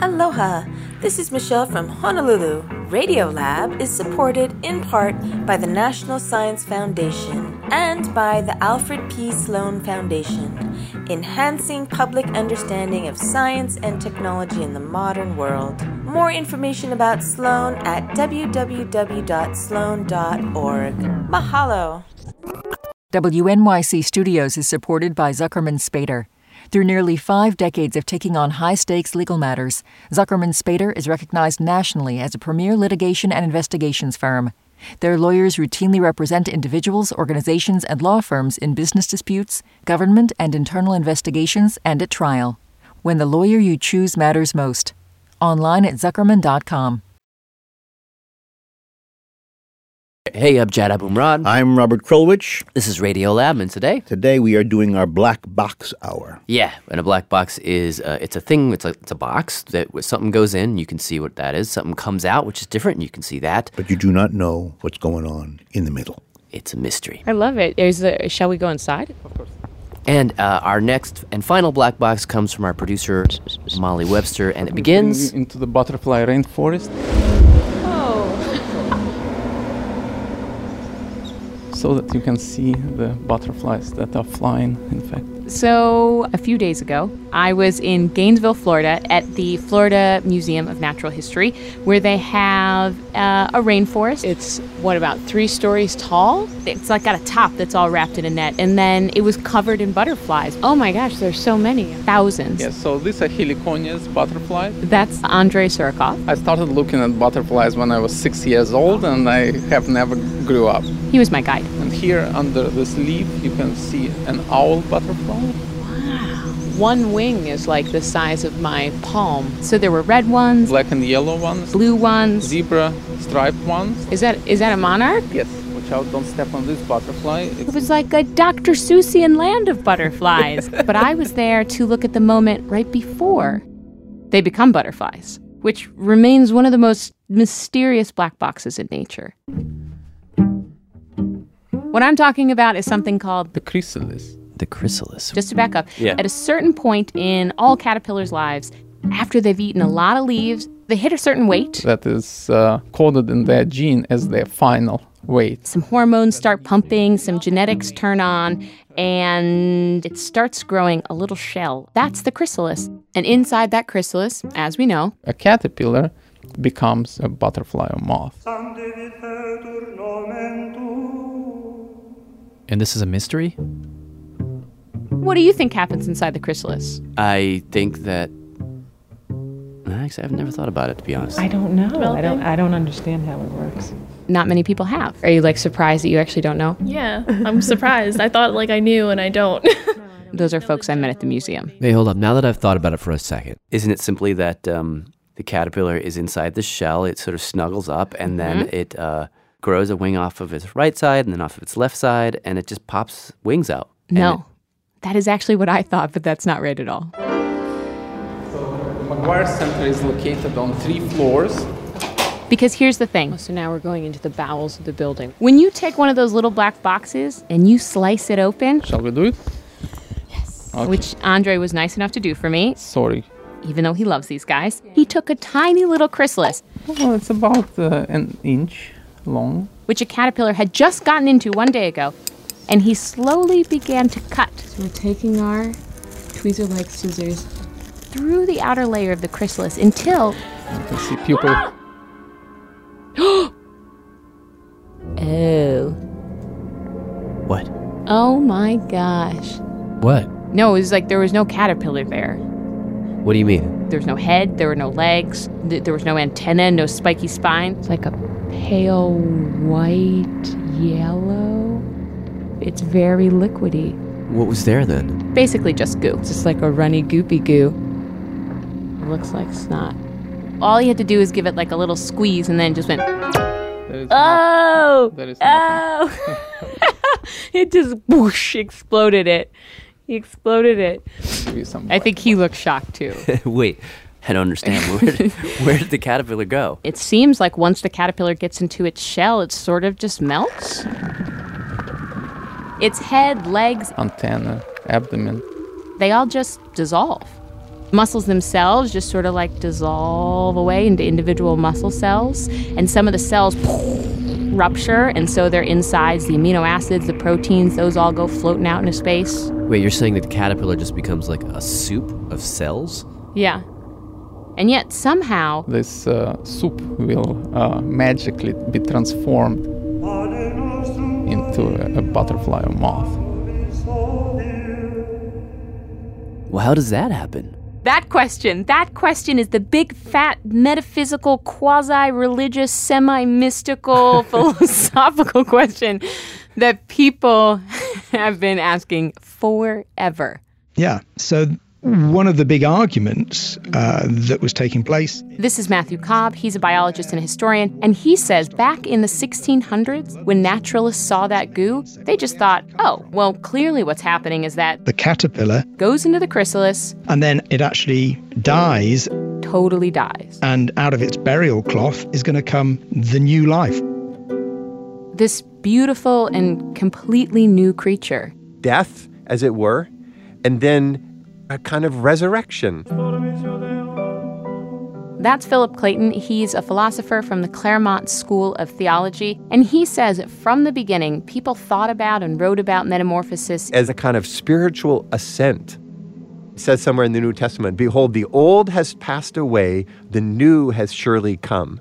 [SPEAKER 10] Aloha! This is Michelle from Honolulu. Radiolab is supported in part by the National Science Foundation and by the Alfred P. Sloan Foundation, enhancing public understanding of science and technology in the modern world. More information about Sloan at www.sloan.org. Mahalo!
[SPEAKER 23] WNYC Studios is supported by Zuckerman Spader. Through nearly five decades of taking on high stakes legal matters, Zuckerman Spader is recognized nationally as a premier litigation and investigations firm. Their lawyers routinely represent individuals, organizations, and law firms in business disputes, government and internal investigations, and at trial. When the lawyer you choose matters most. Online at Zuckerman.com.
[SPEAKER 13] Hey, Abjad Abumrad.
[SPEAKER 5] I'm Robert Krulwich.
[SPEAKER 13] This is Radio Lab, and today?
[SPEAKER 5] Today we are doing our Black Box Hour.
[SPEAKER 13] Yeah, and a black box is uh, it's a thing. It's a it's a box that when something goes in, you can see what that is. Something comes out, which is different, and you can see that.
[SPEAKER 5] But you do not know what's going on in the middle.
[SPEAKER 13] It's a mystery.
[SPEAKER 30] I love it. Is there, shall we go inside? Of course.
[SPEAKER 13] And uh, our next and final black box comes from our producer Molly Webster, and it begins
[SPEAKER 31] into the butterfly rainforest. So that you can see the butterflies that are flying. In fact,
[SPEAKER 30] So, a few days ago, I was in Gainesville, Florida, at the Florida Museum of Natural History, where they have uh, a rainforest. It's, what, about three stories tall? It's like got a top that's all wrapped in a net, and then it was covered in butterflies. Oh my gosh, there's so many. Thousands.
[SPEAKER 31] yes. So these are heliconias butterflies.
[SPEAKER 30] That's Andrei Surikov.
[SPEAKER 31] I started looking at butterflies when I was six years old, and I have never grew up.
[SPEAKER 30] He was my guide.
[SPEAKER 31] And here, under this leaf, you can see an owl butterfly.
[SPEAKER 30] One wing is like the size of my palm. So there were red ones,
[SPEAKER 31] black and yellow ones,
[SPEAKER 30] blue ones.
[SPEAKER 31] zebra striped ones.
[SPEAKER 30] Is that is that a monarch?
[SPEAKER 31] Yes, watch out, don't step on this butterfly. It's
[SPEAKER 30] It was like a Dr. Seussian land of butterflies. but I was there to look at the moment right before they become butterflies, which remains one of the most mysterious black boxes in nature. What I'm talking about is something called
[SPEAKER 31] the chrysalis.
[SPEAKER 13] The chrysalis.
[SPEAKER 30] just to back up,
[SPEAKER 31] Yeah.
[SPEAKER 30] at a certain point in all caterpillars' lives, after they've eaten a lot of leaves, they hit a certain weight.
[SPEAKER 31] That is uh, coded in their gene as their final weight.
[SPEAKER 30] Some hormones start pumping, some genetics turn on, and it starts growing a little shell. That's the chrysalis. And inside that chrysalis, as we know,
[SPEAKER 31] A caterpillar becomes a butterfly or moth.
[SPEAKER 13] and this is a mystery.
[SPEAKER 30] what do you think happens inside the chrysalis?
[SPEAKER 13] I think that. Actually, I've never thought about it to be honest.
[SPEAKER 30] I don't know.
[SPEAKER 13] I don't-
[SPEAKER 30] I don't understand how it works. Not many people have. Are you like surprised that you actually don't know?
[SPEAKER 32] Yeah, I'm surprised. I thought like I knew and I don't.
[SPEAKER 30] (laughs) Those are folks I met at the museum.
[SPEAKER 13] Hey, hold up. Now that I've thought about it for a second, isn't it simply that um, the caterpillar is inside the shell? It sort of snuggles up and then
[SPEAKER 32] Mm-hmm.
[SPEAKER 30] Mhm.
[SPEAKER 13] it uh, grows a wing off of its right side and then off of its left side, and it just pops wings out.
[SPEAKER 30] No. That is actually what I thought, but that's not right at all.
[SPEAKER 31] The McGuire Center is located on three floors.
[SPEAKER 30] Because here's the thing. Oh, So now we're going into the bowels of the building. When you take one of those little black boxes and you slice it open,
[SPEAKER 31] Shall we do it? Okay.
[SPEAKER 30] which Andre was nice enough to do for me,
[SPEAKER 31] Sorry.
[SPEAKER 30] even though he loves these guys, he took a tiny little chrysalis,
[SPEAKER 31] Well, it's about uh, an inch long.
[SPEAKER 30] which a caterpillar had just gotten into one day ago, and he slowly began to cut. So we're taking our tweezer like scissors through the outer layer of the chrysalis until
[SPEAKER 31] You can see pupil.
[SPEAKER 30] Oh.
[SPEAKER 27] What?
[SPEAKER 30] Oh my gosh.
[SPEAKER 13] What?
[SPEAKER 30] No, it was like there was no caterpillar there.
[SPEAKER 13] What do you mean?
[SPEAKER 30] There was no head, there were no legs, th- there was no antenna, no spiky spine. It's like a pale white yellow. It's very liquidy.
[SPEAKER 13] What was there (laughs) then?
[SPEAKER 30] Basically just goo. It's just like a runny goopy goo. It looks like snot. All you had to do is give it like a little squeeze and then it just went Oh! oh! (laughs) it just whoosh exploded it. He exploded it. I think he looked shocked too.
[SPEAKER 13] Wait, I don't understand. (laughs) Where did, where did the caterpillar go?
[SPEAKER 30] It seems like once the caterpillar gets into its shell, it sort of just melts. Its head, legs,
[SPEAKER 31] Antenna, abdomen.
[SPEAKER 30] they all just dissolve. Muscles themselves just sort of like dissolve away into individual muscle cells, and some of the cells (laughs) rupture, and so their insides, the amino acids, the proteins, those all go floating out into space.
[SPEAKER 13] Wait, you're saying that the caterpillar just becomes like a soup of cells?
[SPEAKER 30] Yeah. And yet, somehow,
[SPEAKER 31] This uh, soup will uh, magically be transformed into a, a butterfly or moth.
[SPEAKER 13] Well, how does that happen?
[SPEAKER 30] That question, that question is the big, fat, metaphysical, quasi religious, semi mystical, philosophical question that people (laughs) have been asking forever.
[SPEAKER 2] Yeah. So one of the big arguments uh, that was taking place
[SPEAKER 30] This is Matthew Cobb. He's a biologist and historian, and he says back in the 1600s, when naturalists saw that goo, they just thought, oh, well, clearly what's happening is that
[SPEAKER 2] the caterpillar,
[SPEAKER 30] goes into the chrysalis,
[SPEAKER 2] and then it actually dies,
[SPEAKER 30] totally dies.
[SPEAKER 2] and out of its burial cloth is going to come the new life.
[SPEAKER 30] This beautiful and completely new creature.
[SPEAKER 7] death, as it were, and then a kind of resurrection.
[SPEAKER 30] That's Philip Clayton. He's a philosopher from the Claremont School of Theology, and he says from the beginning, people thought about and wrote about metamorphosis.
[SPEAKER 7] as a kind of spiritual ascent. It says somewhere in the New Testament, Behold, the old has passed away, the new has surely come.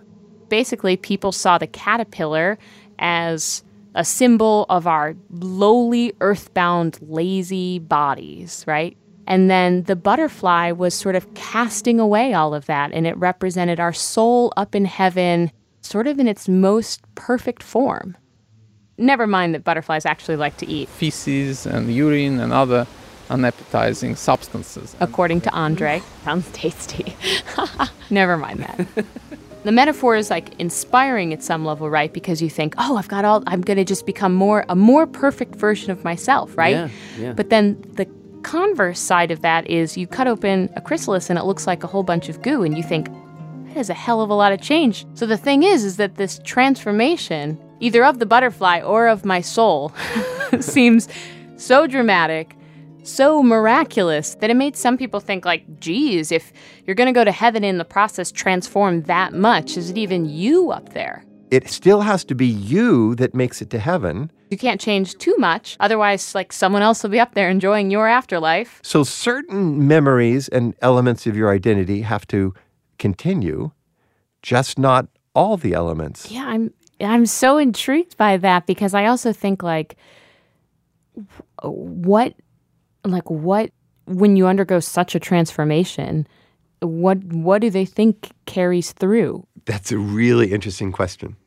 [SPEAKER 30] Basically, people saw the caterpillar as a symbol of our lowly, earthbound, lazy bodies, right? And then the butterfly was sort of casting away all of that, and it represented our soul up in heaven, sort of in its most perfect form. Never mind that butterflies actually like to eat.
[SPEAKER 31] Feces and urine and other unappetizing substances.
[SPEAKER 30] according to Andre. Sounds tasty. (laughs) Never mind that. (laughs) the metaphor is like inspiring at some level, right? Because you think, oh, I've got all, I'm going to just become more, a more perfect version of myself, right?
[SPEAKER 9] Yeah, yeah.
[SPEAKER 30] But then the converse side of that is you cut open a chrysalis and it looks like a whole bunch of goo, and you think, that is a hell of a lot of change. So the thing is, is that this transformation, either of the butterfly or of my soul, (laughs) seems so dramatic, so miraculous that it made some people think like, geez, if you're gonna go to heaven in the process transform that much, is it even you up there?
[SPEAKER 7] It still has to be you that makes it to heaven.
[SPEAKER 30] You can't change too much, otherwise, like someone else will be up there enjoying your afterlife.
[SPEAKER 7] So certain memories and elements of your identity have to continue, just not all the elements.
[SPEAKER 30] Yeah, I'm I'm so intrigued by that because I also think like w- what like what when you undergo such a transformation, what what do they think carries through?
[SPEAKER 7] That's a really interesting question.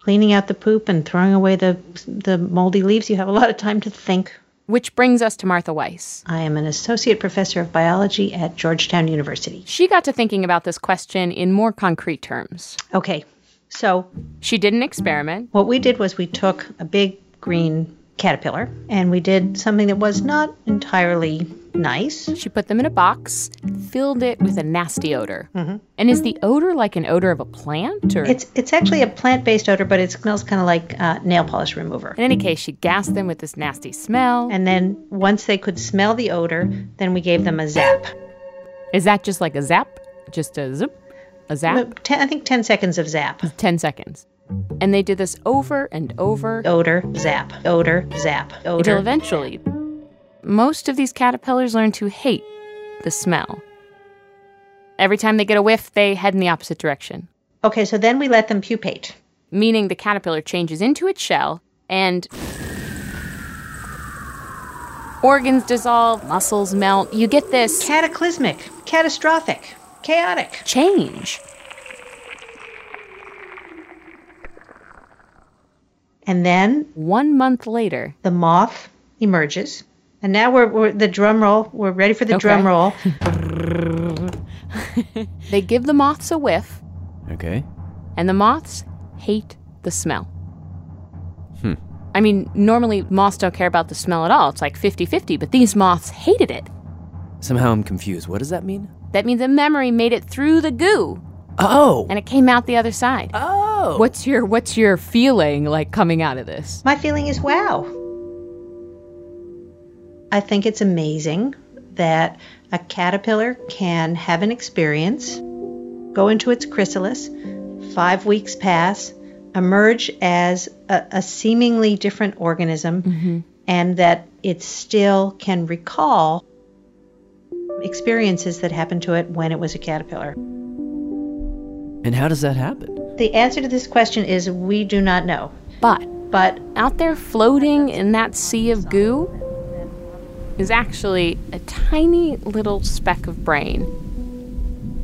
[SPEAKER 15] Cleaning out the poop and throwing away the the moldy leaves, you have a lot of time to think.
[SPEAKER 30] Which brings us to Martha Weiss.
[SPEAKER 15] I am an associate professor of biology at Georgetown University.
[SPEAKER 30] She got to thinking about this question in more concrete terms.
[SPEAKER 15] Okay, so
[SPEAKER 30] she did an experiment.
[SPEAKER 15] What we did was we took a big green caterpillar, and we did something that was not entirely nice.
[SPEAKER 30] She put them in a box, filled it with a nasty odor. And is the odor like an odor of a plant? Or?
[SPEAKER 15] It's it's actually a plant-based odor, but it smells kind of like uh, nail polish remover.
[SPEAKER 30] In any case, she gassed them with this nasty smell.
[SPEAKER 15] And then once they could smell the odor, then we gave them a zap.
[SPEAKER 30] Is that just like a zap? Just a zip? A zap?
[SPEAKER 15] No, ten, I think 10 seconds of zap.
[SPEAKER 30] 10 seconds. And they did this over and over.
[SPEAKER 15] Odor, zap, odor, zap, odor.
[SPEAKER 30] Until eventually, most of these caterpillars learn to hate the smell. Every time they get a whiff, they head in the opposite direction.
[SPEAKER 15] Okay, so then we let them pupate.
[SPEAKER 30] Meaning the caterpillar changes into its shell and. Organs dissolve, muscles melt. You get this
[SPEAKER 15] cataclysmic, catastrophic, chaotic
[SPEAKER 30] change.
[SPEAKER 15] And then
[SPEAKER 30] one month later,
[SPEAKER 15] the moth emerges. And now we're, we're the drum roll. We're ready for the drum
[SPEAKER 30] Okay. (laughs)
[SPEAKER 15] roll.
[SPEAKER 30] They give the moths a whiff,
[SPEAKER 13] Okay.
[SPEAKER 30] and the moths hate the smell.
[SPEAKER 13] Hmm.
[SPEAKER 30] I mean, normally moths don't care about the smell at all. It's like 50 50, but these moths hated it.
[SPEAKER 13] Somehow I'm confused. What does that mean?
[SPEAKER 30] That means the memory made it through the goo
[SPEAKER 13] Oh.
[SPEAKER 30] and it came out the other side.
[SPEAKER 13] Oh.
[SPEAKER 30] What's your what's your feeling like coming out of this?
[SPEAKER 15] My feeling is wow. I think it's amazing that a caterpillar can have an experience, go into its chrysalis, five weeks pass, emerge as a, a seemingly different organism, and that it still can recall experiences that happened to it when it was a caterpillar.
[SPEAKER 13] And how does that happen?
[SPEAKER 15] The answer to this question is we do not know.
[SPEAKER 30] But
[SPEAKER 15] But
[SPEAKER 30] out there floating in that sea of goo is actually a tiny little speck of brain.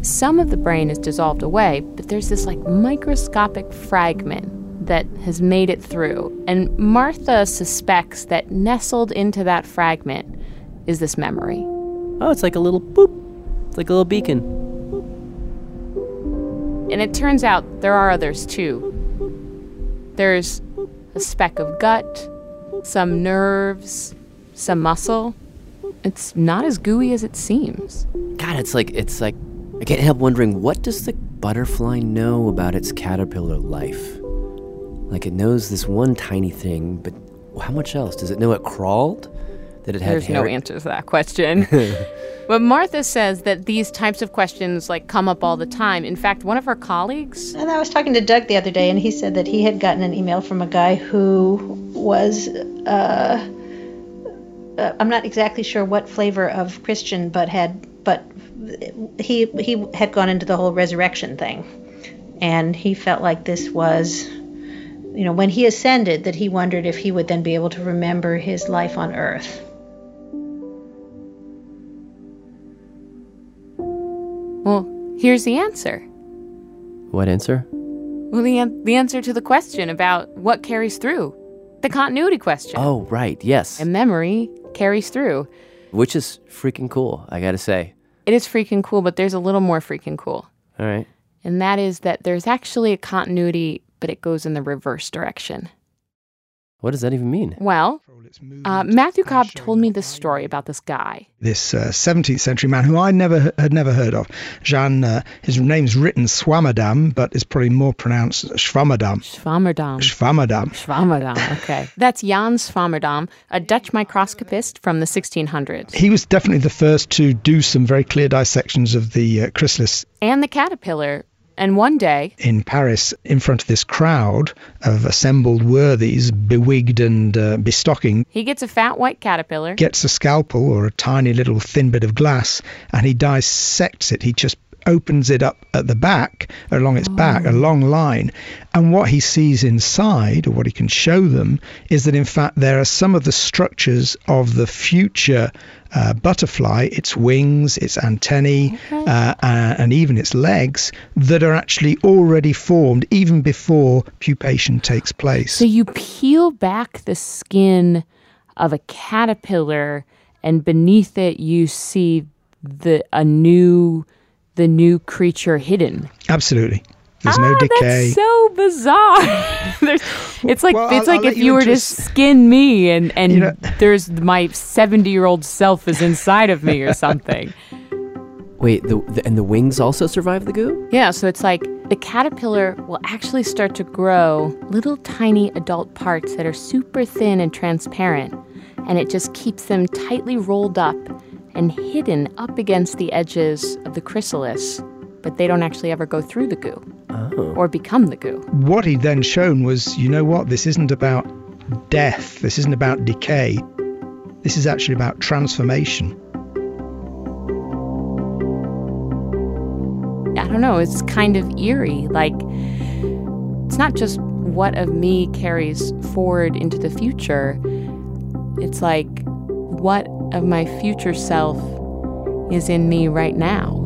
[SPEAKER 30] Some of the brain is dissolved away, but there's this like microscopic fragment that has made it through. And Martha suspects that nestled into that fragment is this memory.
[SPEAKER 13] Oh, it's like a little boop. It's like a little beacon.
[SPEAKER 30] And it turns out there are others too. There's a speck of gut, some nerves, some muscle. It's not as gooey as it seems.
[SPEAKER 13] God, it's like it's like I can't help wondering what does the butterfly know about its caterpillar life? Like it knows this one tiny thing, but how much else? Does it know it crawled? That it had
[SPEAKER 30] There's no
[SPEAKER 13] hair?
[SPEAKER 30] answer to that question. But Martha says that these types of questions like come up all the time. In fact, one of her colleagues,
[SPEAKER 15] And I was talking to Doug the other day, and he said that he had gotten an email from a guy who was, uh, uh, I'm not exactly sure what flavor of Christian, but had, but he he had gone into the whole resurrection thing, and he felt like this was, you know, when he ascended, that he wondered if he would then be able to remember his life on Earth.
[SPEAKER 30] well, here's the answer. (laughs)
[SPEAKER 13] (laughs) What answer?
[SPEAKER 30] Well, the, an- the answer to the question about what carries through, the continuity question.
[SPEAKER 13] Oh, right. Yes.
[SPEAKER 30] And memory carries through.
[SPEAKER 13] Which is freaking cool, I got to say.
[SPEAKER 30] It is freaking cool, but there's a little more freaking cool.
[SPEAKER 13] All right.
[SPEAKER 30] And that is that there's actually a continuity, but it goes in the reverse direction.
[SPEAKER 13] What does that even mean?
[SPEAKER 30] Well, uh, Matthew Cobb told me this story about this guy.
[SPEAKER 2] this uh, 17th century man who I never had never heard of. Jean, uh, his name's written Swammerdam, but it's probably more pronounced Schwammerdam.
[SPEAKER 30] Schwammerdam.
[SPEAKER 2] Schwammerdam.
[SPEAKER 30] Swammerdam, okay. That's Jan Swammerdam, a Dutch microscopist from the 1600s.
[SPEAKER 2] He was definitely the first to do some very clear dissections of the uh, chrysalis
[SPEAKER 30] And the caterpillar. And one day,
[SPEAKER 2] in Paris in front of this crowd of assembled worthies, bewigged and uh, bestocking.
[SPEAKER 30] he gets a fat white caterpillar.
[SPEAKER 2] gets a scalpel or a tiny little thin bit of glass and he dissects it. He just opens it up at the back, along its back,
[SPEAKER 30] Oh.
[SPEAKER 2] a long line. And what he sees inside, or what he can show them, is that in fact there are some of the structures of the future uh, butterfly, its wings, its antennae, uh, a- and even its legs, that are actually already formed even before pupation takes place.
[SPEAKER 30] So you peel back the skin of a caterpillar, and beneath it you see the a new the new creature hidden.
[SPEAKER 2] Absolutely. There's no decay.
[SPEAKER 30] Ah, That's so bizarre. (laughs) There's- it's like
[SPEAKER 2] Well,
[SPEAKER 30] it's
[SPEAKER 2] I'll-
[SPEAKER 30] like
[SPEAKER 2] I'll let
[SPEAKER 30] if you,
[SPEAKER 2] you
[SPEAKER 30] were to
[SPEAKER 2] just-
[SPEAKER 30] skin me and and
[SPEAKER 2] You know- (laughs)
[SPEAKER 30] there's my 70 year old self is inside of
[SPEAKER 2] (laughs)
[SPEAKER 30] me or something.
[SPEAKER 13] Wait, the, the, and the wings also survive the goo?
[SPEAKER 30] Yeah, so it's like the caterpillar will actually start to grow little tiny adult parts that are super thin and transparent, and it just keeps them tightly rolled up and hidden up against the edges of the chrysalis, but they don't actually ever go through the goo or become the goo.
[SPEAKER 2] What he'd then shown was, you know what, this isn't about death, this isn't about decay, this is actually about transformation.
[SPEAKER 30] I don't know, it's kind of eerie. Like, it's not just what of me carries forward into the future, it's like what of my future self is in me right now.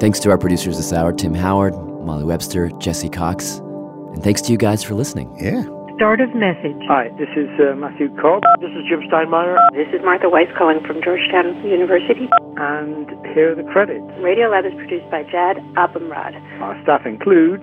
[SPEAKER 13] Thanks to our producers this hour, Tim Howard, Molly Webster, Jesse Cox. And thanks to you guys for listening.
[SPEAKER 33] Yeah.
[SPEAKER 16] Start of message.
[SPEAKER 20] Hi, this is uh, Matthew Cobb. This is Jim Steinmeier.
[SPEAKER 16] This is Martha Weiss calling from Georgetown University.
[SPEAKER 20] And here are the credits.
[SPEAKER 16] Radio Lab is produced by Jad Abumrad,
[SPEAKER 20] Our staff includes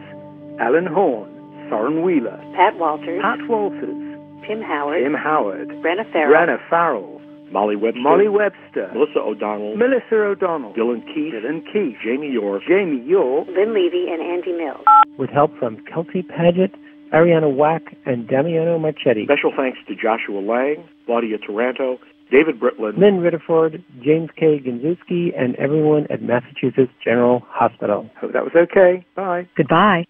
[SPEAKER 20] Alan Horn, Soren Wheeler,
[SPEAKER 16] Pat Walters,
[SPEAKER 20] Pat Walters,
[SPEAKER 16] Tim Howard,
[SPEAKER 20] Tim Howard,
[SPEAKER 16] Brenna Farrell,
[SPEAKER 20] Brenna Farrell,
[SPEAKER 8] Molly Webster.
[SPEAKER 20] Molly Webster,
[SPEAKER 8] Melissa O'Donnell.
[SPEAKER 20] Melissa O'Donnell,
[SPEAKER 8] Dylan Keith.
[SPEAKER 20] Dylan Keith,
[SPEAKER 8] Jamie York.
[SPEAKER 20] Jamie York,
[SPEAKER 16] Lynn Levy, and Andy Mills.
[SPEAKER 20] with help from Kelsey Paget, Ariana Wack, and Damiano Marchetti.
[SPEAKER 8] Special thanks to Joshua Lang, Claudia Taranto, David Britland,
[SPEAKER 20] Lynn Ritterford, James K. Ginzewski, and everyone at Massachusetts General Hospital. Hope that was okay. Bye. Goodbye.